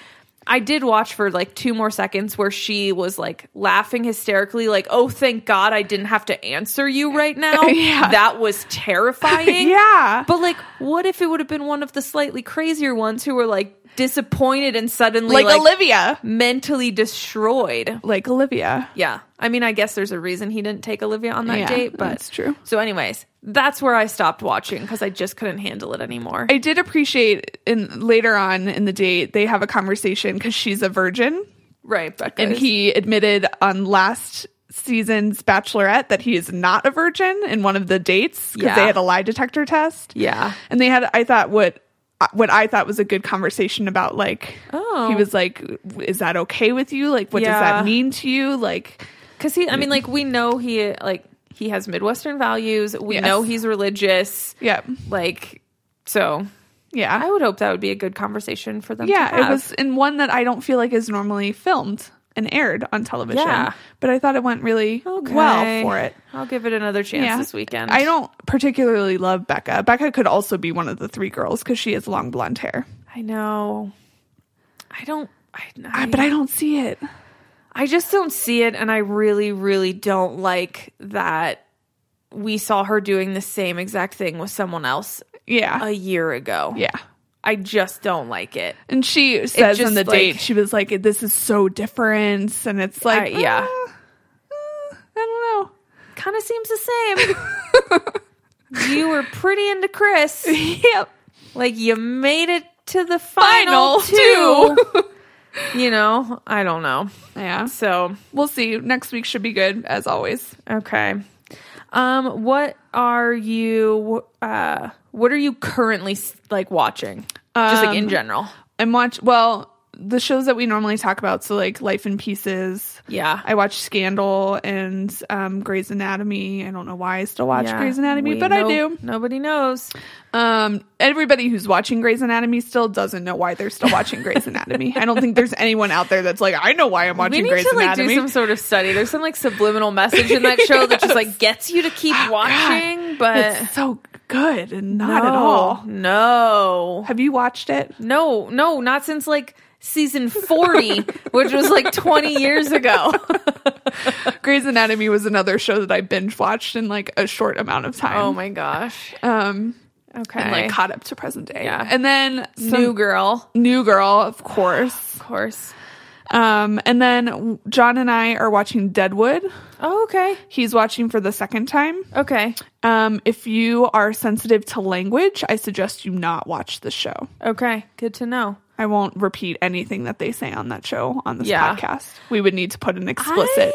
Speaker 2: I did watch for like two more seconds where she was like laughing hysterically, like, "Oh, thank God I didn't have to answer you right now."
Speaker 1: Yeah.
Speaker 2: That was terrifying.
Speaker 1: yeah.
Speaker 2: But like, what if it would have been one of the slightly crazier ones who were like disappointed and suddenly
Speaker 1: like,
Speaker 2: like,
Speaker 1: Olivia.
Speaker 2: mentally destroyed?
Speaker 1: Like Olivia.
Speaker 2: Yeah. I mean, I guess there's a reason he didn't take Olivia on that
Speaker 1: Yeah,
Speaker 2: date, but
Speaker 1: that's true.
Speaker 2: So, anyways, that's where I stopped watching because I just couldn't handle it anymore.
Speaker 1: I did appreciate in later on in the date they have a conversation because she's a virgin
Speaker 2: right, Becca.
Speaker 1: and
Speaker 2: is-
Speaker 1: he admitted on last season's Bachelorette that he is not a virgin in one of the dates because
Speaker 2: Yeah.
Speaker 1: they had a lie detector test.
Speaker 2: yeah,
Speaker 1: and they had I thought what what I thought was a good conversation about like
Speaker 2: Oh.
Speaker 1: he was like is that okay with you like what does
Speaker 2: Yeah.
Speaker 1: that mean to you like
Speaker 2: because he. I mean, like we know he like he has Midwestern values. We
Speaker 1: Yes.
Speaker 2: know he's religious.
Speaker 1: yeah
Speaker 2: Like, so
Speaker 1: yeah
Speaker 2: I would hope that would be a good conversation for them. to
Speaker 1: yeah
Speaker 2: have.
Speaker 1: it was in one that I don't feel like is normally filmed and aired on television
Speaker 2: Yeah.
Speaker 1: but I thought it went really well for it
Speaker 2: I'll give it another chance
Speaker 1: yeah
Speaker 2: this weekend.
Speaker 1: I don't particularly love Becca Becca could also be one of the three girls because she has long blonde hair
Speaker 2: I know. I don't. I,
Speaker 1: I, Ah, but I don't see it
Speaker 2: I just don't see it, and I really, really don't like that we saw her doing the same exact thing with someone else
Speaker 1: yeah
Speaker 2: a year ago.
Speaker 1: yeah
Speaker 2: I just don't like it.
Speaker 1: And she says
Speaker 2: just,
Speaker 1: on the
Speaker 2: like-
Speaker 1: date, she was like, "This is so different," and it's like,
Speaker 2: I- yeah.
Speaker 1: "Ah, uh, I
Speaker 2: Kind of seems the same. you were pretty into Chris.
Speaker 1: don't know. yep.
Speaker 2: Like you made it to the final,
Speaker 1: Final
Speaker 2: two. you know, I don't know.
Speaker 1: Yeah,
Speaker 2: So
Speaker 1: we'll see. Next week should be good as always.
Speaker 2: okay. Um, what are you? Uh, what are you currently like watching? Just like in
Speaker 1: Um,
Speaker 2: general.
Speaker 1: I'm watch. Well, the shows that we normally talk about, so like Life in Pieces.
Speaker 2: Yeah.
Speaker 1: I watch Scandal and um, Grey's Anatomy. I don't know why I still watch
Speaker 2: Yeah.
Speaker 1: Grey's Anatomy,
Speaker 2: We
Speaker 1: but I
Speaker 2: know-
Speaker 1: do.
Speaker 2: Nobody knows.
Speaker 1: Um, everybody who's watching Grey's Anatomy still doesn't know why they're still watching Grey's Anatomy. I don't think there's anyone out there that's like, I know why I'm
Speaker 2: We
Speaker 1: watching
Speaker 2: need
Speaker 1: Grey's
Speaker 2: to like
Speaker 1: Anatomy.
Speaker 2: do some sort of study. There's some like subliminal message in that show that just like gets you to keep watching, but
Speaker 1: it's so good and not at
Speaker 2: No,
Speaker 1: all.
Speaker 2: No.
Speaker 1: Have you watched it?
Speaker 2: No, no, not since like season 40, which was like 20 years ago.
Speaker 1: Grey's Anatomy was another show that I binge watched in like a short amount of time.
Speaker 2: Oh my gosh.
Speaker 1: Um,
Speaker 2: Okay.
Speaker 1: and like caught up to present day.
Speaker 2: Yeah.
Speaker 1: And then some
Speaker 2: New
Speaker 1: new,
Speaker 2: girl,
Speaker 1: girl, of course.
Speaker 2: of course.
Speaker 1: Um, and then John and I are watching Deadwood.
Speaker 2: Oh, okay.
Speaker 1: He's watching for the second time.
Speaker 2: Okay.
Speaker 1: Um, if you are sensitive to language, I suggest you not watch the show.
Speaker 2: Okay. Good to know.
Speaker 1: I won't repeat anything that they say on that show on this
Speaker 2: Yeah.
Speaker 1: podcast. We would need to put an explicit.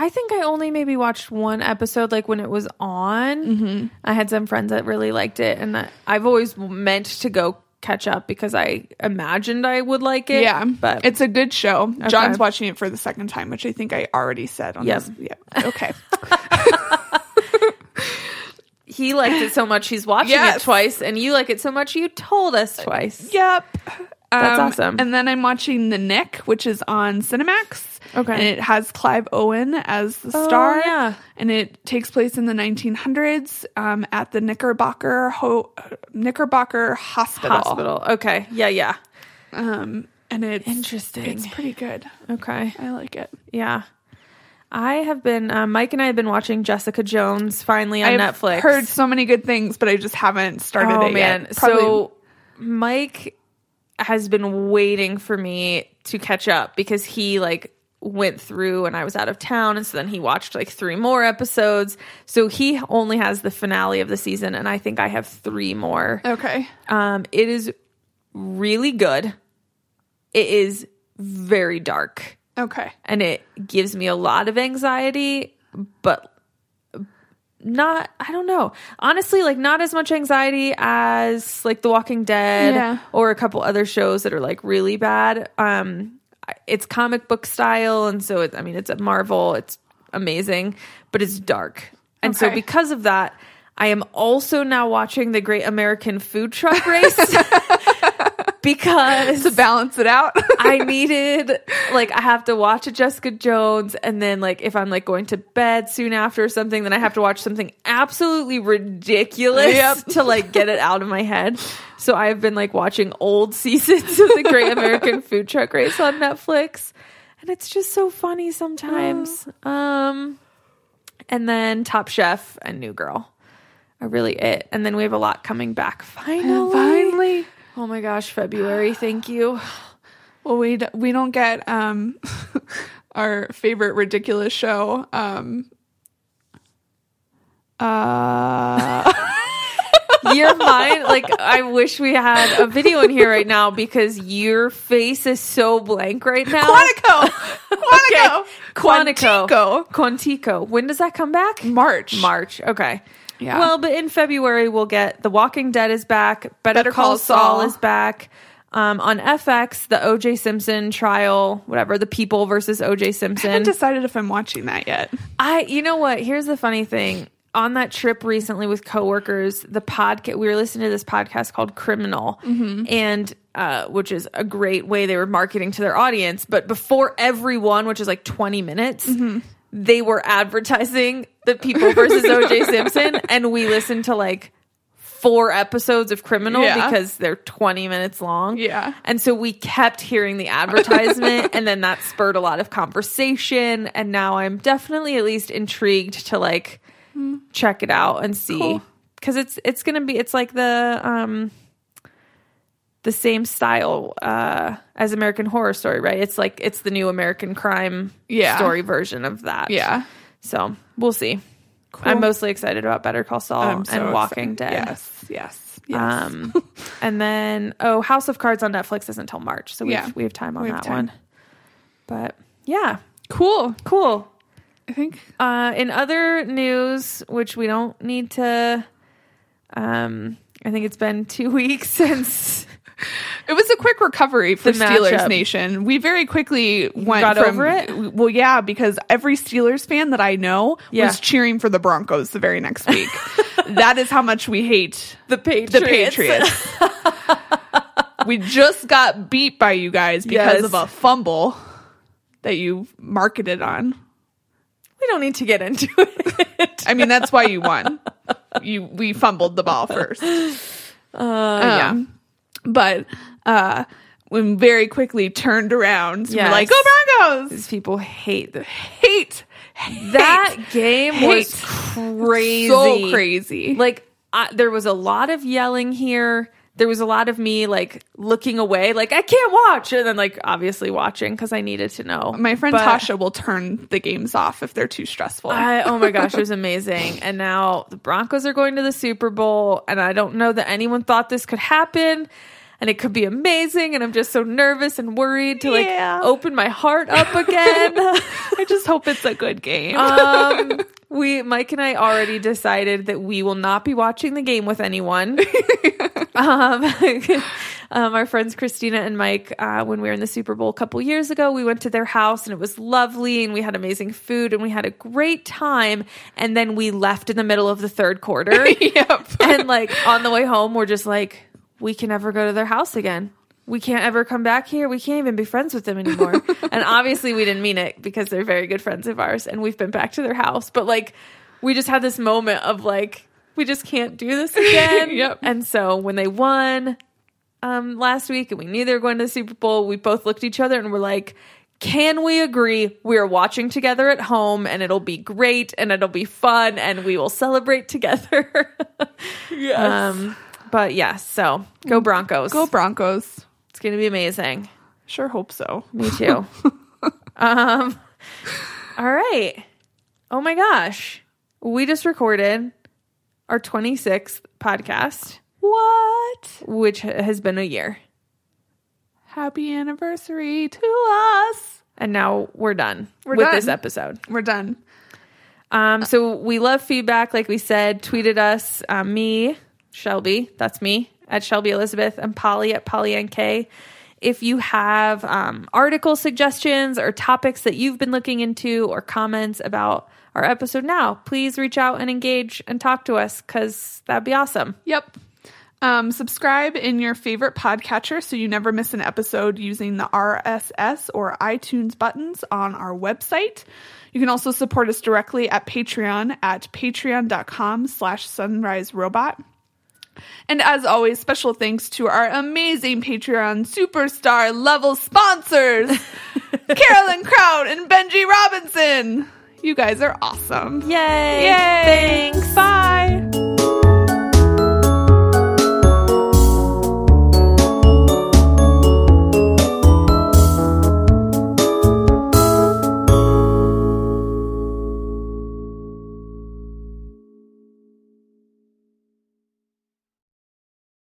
Speaker 2: I think I only maybe watched one episode like when it was on.
Speaker 1: Mm-hmm.
Speaker 2: I had some friends that really liked it, and I- I've always meant to go catch up because I imagined I would like it.
Speaker 1: yeah,
Speaker 2: But
Speaker 1: it's a good show. John's watching it for the second time, which I think I already said on
Speaker 2: Yep.
Speaker 1: this. Yeah. Okay.
Speaker 2: he liked it so much, he's watching it
Speaker 1: Yes.
Speaker 2: twice, and you like it so much, you told us twice.
Speaker 1: Yep.
Speaker 2: That's awesome.
Speaker 1: Um, And then I'm watching The Nick, which is on Cinemax.
Speaker 2: Okay. Oh,
Speaker 1: And it has Clive Owen as the star.
Speaker 2: yeah.
Speaker 1: And it takes place in the 1900s um, at the Knickerbocker Ho- Knickerbocker Hospital.
Speaker 2: Hospital. Okay. Yeah, yeah.
Speaker 1: Um, and it's
Speaker 2: Interesting.
Speaker 1: It's pretty good.
Speaker 2: Okay.
Speaker 1: I like it.
Speaker 2: Yeah. I have been uh, Mike and I have been watching Jessica Jones finally on
Speaker 1: I've
Speaker 2: Netflix.
Speaker 1: heard so many good things, but I just haven't started
Speaker 2: oh
Speaker 1: it
Speaker 2: man.
Speaker 1: yet. Probably-
Speaker 2: So Mike has been waiting for me to catch up because he like went through and I was out of town and so then he watched like three more episodes. So he only has the finale of the season and I think I have three more.
Speaker 1: okay.
Speaker 2: Um, it is really good. It is very dark.
Speaker 1: Okay.
Speaker 2: and it gives me a lot of anxiety, but not I don't know. Honestly, like not as much anxiety as like The Walking Dead
Speaker 1: Yeah.
Speaker 2: or a couple other shows that are like really bad. Um it's comic book style and so it, I mean it's a Marvel, it's amazing, but it's dark. And so
Speaker 1: Okay.
Speaker 2: because of that, I am also now watching the Great American Food Truck Race because
Speaker 1: To balance it out.
Speaker 2: I needed like I have to watch a Jessica Jones and then like if I'm like going to bed soon after or something, then I have to watch something absolutely ridiculous
Speaker 1: Yep.
Speaker 2: to like get it out of my head. So I've been like watching old seasons of the Great American Food Truck Race on Netflix. And it's just so funny sometimes.
Speaker 1: Oh.
Speaker 2: Um and then Top Chef and New Girl are really it. And then we have a lot coming back finally.
Speaker 1: Finally.
Speaker 2: Oh my gosh, February, thank you.
Speaker 1: Well, we d- we don't get um our favorite ridiculous show. Um, uh,
Speaker 2: your mind like i wish we had a video in here right now because your face is so blank right now
Speaker 1: Quantico, Quantico,
Speaker 2: quantico
Speaker 1: Quantico.
Speaker 2: quantico when does that come back
Speaker 1: March,
Speaker 2: march okay
Speaker 1: Yeah.
Speaker 2: well but in february we'll get the walking dead is back better,
Speaker 1: Better
Speaker 2: call,
Speaker 1: Call
Speaker 2: saul
Speaker 1: Saul.
Speaker 2: is back um, on fx the oj simpson trial whatever the people versus oj
Speaker 1: I haven't
Speaker 2: simpson
Speaker 1: decided if I'm watching that yet.
Speaker 2: I you know what? Here's the funny thing. On that trip recently with coworkers, the podcast we were listening to this podcast called Criminal,
Speaker 1: Mm-hmm.
Speaker 2: and uh, which is a great way they were marketing to their audience. But before everyone, which is like 20 minutes,
Speaker 1: Mm-hmm.
Speaker 2: they were advertising the People versus O.J. Simpson, and we listened to like four episodes of Criminal
Speaker 1: Yeah.
Speaker 2: because they're 20 minutes long.
Speaker 1: Yeah.
Speaker 2: And so we kept hearing the advertisement and then that spurred a lot of conversation and now I'm definitely at least intrigued to like check it out and see
Speaker 1: Cool.
Speaker 2: cuz it's it's going to be it's like the um the same style uh as American horror story, right? It's like it's the new American crime
Speaker 1: Yeah.
Speaker 2: story version of that.
Speaker 1: Yeah.
Speaker 2: So, we'll see. I'm mostly excited about Better Call Saul
Speaker 1: I'm so
Speaker 2: and Walking
Speaker 1: excited.
Speaker 2: Dead.
Speaker 1: Yes, yes, yes.
Speaker 2: Um, and then oh, House of Cards on Netflix isn't until March, so we
Speaker 1: Yeah.
Speaker 2: have, we have time on
Speaker 1: We have
Speaker 2: that
Speaker 1: time.
Speaker 2: one. But yeah,
Speaker 1: cool.
Speaker 2: cool.
Speaker 1: I think
Speaker 2: Uh, in other news, which we don't need to, um, I think it's been two weeks since
Speaker 1: It was a quick recovery for
Speaker 2: The
Speaker 1: Steelers
Speaker 2: matchup.
Speaker 1: Nation. We very quickly went
Speaker 2: got
Speaker 1: from,
Speaker 2: over it?
Speaker 1: Well, yeah, because every Steelers fan that I know
Speaker 2: Yeah.
Speaker 1: was cheering for the Broncos the very next week. that is how much we hate
Speaker 2: The Patriots.
Speaker 1: the Patriots. we just got beat by you guys because
Speaker 2: Yes.
Speaker 1: of a fumble that you marketed on.
Speaker 2: we don't need to get into it.
Speaker 1: I mean, that's why you won. You we fumbled the ball first.
Speaker 2: Oh, Uh,
Speaker 1: Um, But uh we very quickly turned around. We're
Speaker 2: Yes.
Speaker 1: like, go Broncos!
Speaker 2: These people hate the
Speaker 1: Hate, hate
Speaker 2: That game was
Speaker 1: Hate.
Speaker 2: crazy.
Speaker 1: so crazy.
Speaker 2: Like I, there was a lot of yelling here. There was a lot of me like looking away, like I can't watch, and then like obviously watching because I needed to know.
Speaker 1: my friend
Speaker 2: But
Speaker 1: Tasha will turn the games off if they're too stressful.
Speaker 2: I, oh my gosh, it was amazing. And now the Broncos are going to the Super Bowl, and I don't know that anyone thought this could happen. And it could be amazing, and I'm just so nervous and worried to like
Speaker 1: Yeah.
Speaker 2: open my heart up again.
Speaker 1: I just hope it's a good game.
Speaker 2: um, we Mike and I already decided that we will not be watching the game with anyone. um, um, our friends Christina and Mike, uh, when we were in the Super Bowl a couple years ago, we went to their house and it was lovely, and we had amazing food and we had a great time. And then we left in the middle of the third quarter,
Speaker 1: yep.
Speaker 2: and like on the way home, we're just like, we can never go to their house again. We can't ever come back here. We can't even be friends with them anymore. and obviously, we didn't mean it because they're very good friends of ours and we've been back to their house. But like, we just had this moment of like, we just can't do this again.
Speaker 1: Yep.
Speaker 2: And so when they won um, last week and we knew they were going to the Super Bowl, we both looked at each other and were like, can we agree we're watching together at home and it'll be great and it'll be fun and we will celebrate together?
Speaker 1: Yes.
Speaker 2: Um, but yes, so go Broncos.
Speaker 1: go Broncos.
Speaker 2: It's going to be amazing.
Speaker 1: Sure hope so.
Speaker 2: Me too. um, all right. Oh my gosh. We just recorded our 26th podcast,
Speaker 1: What?
Speaker 2: which has been a year.
Speaker 1: Happy anniversary to us.
Speaker 2: And now we're done
Speaker 1: We're
Speaker 2: with
Speaker 1: done.
Speaker 2: this episode.
Speaker 1: We're done.
Speaker 2: Um, so we love feedback. Like we said, tweeted us, uh, me, Shelby, that's me, at Shelby Elizabeth, and Polly at Polly NK. If you have um, article suggestions or topics that you've been looking into or comments about our episode now, please reach out and engage and talk to us because that'd be awesome.
Speaker 1: Yep. Um, subscribe in your favorite podcatcher so you never miss an episode using the RSS or iTunes buttons on our website. You can also support us directly at Patreon at patreon.com slash sunrise robot. And as always, special thanks to our amazing Patreon superstar level sponsors, Carolyn Crowd and Benji Robinson. You guys are awesome.
Speaker 2: Yay!
Speaker 1: Yay!
Speaker 2: Thanks. Bye.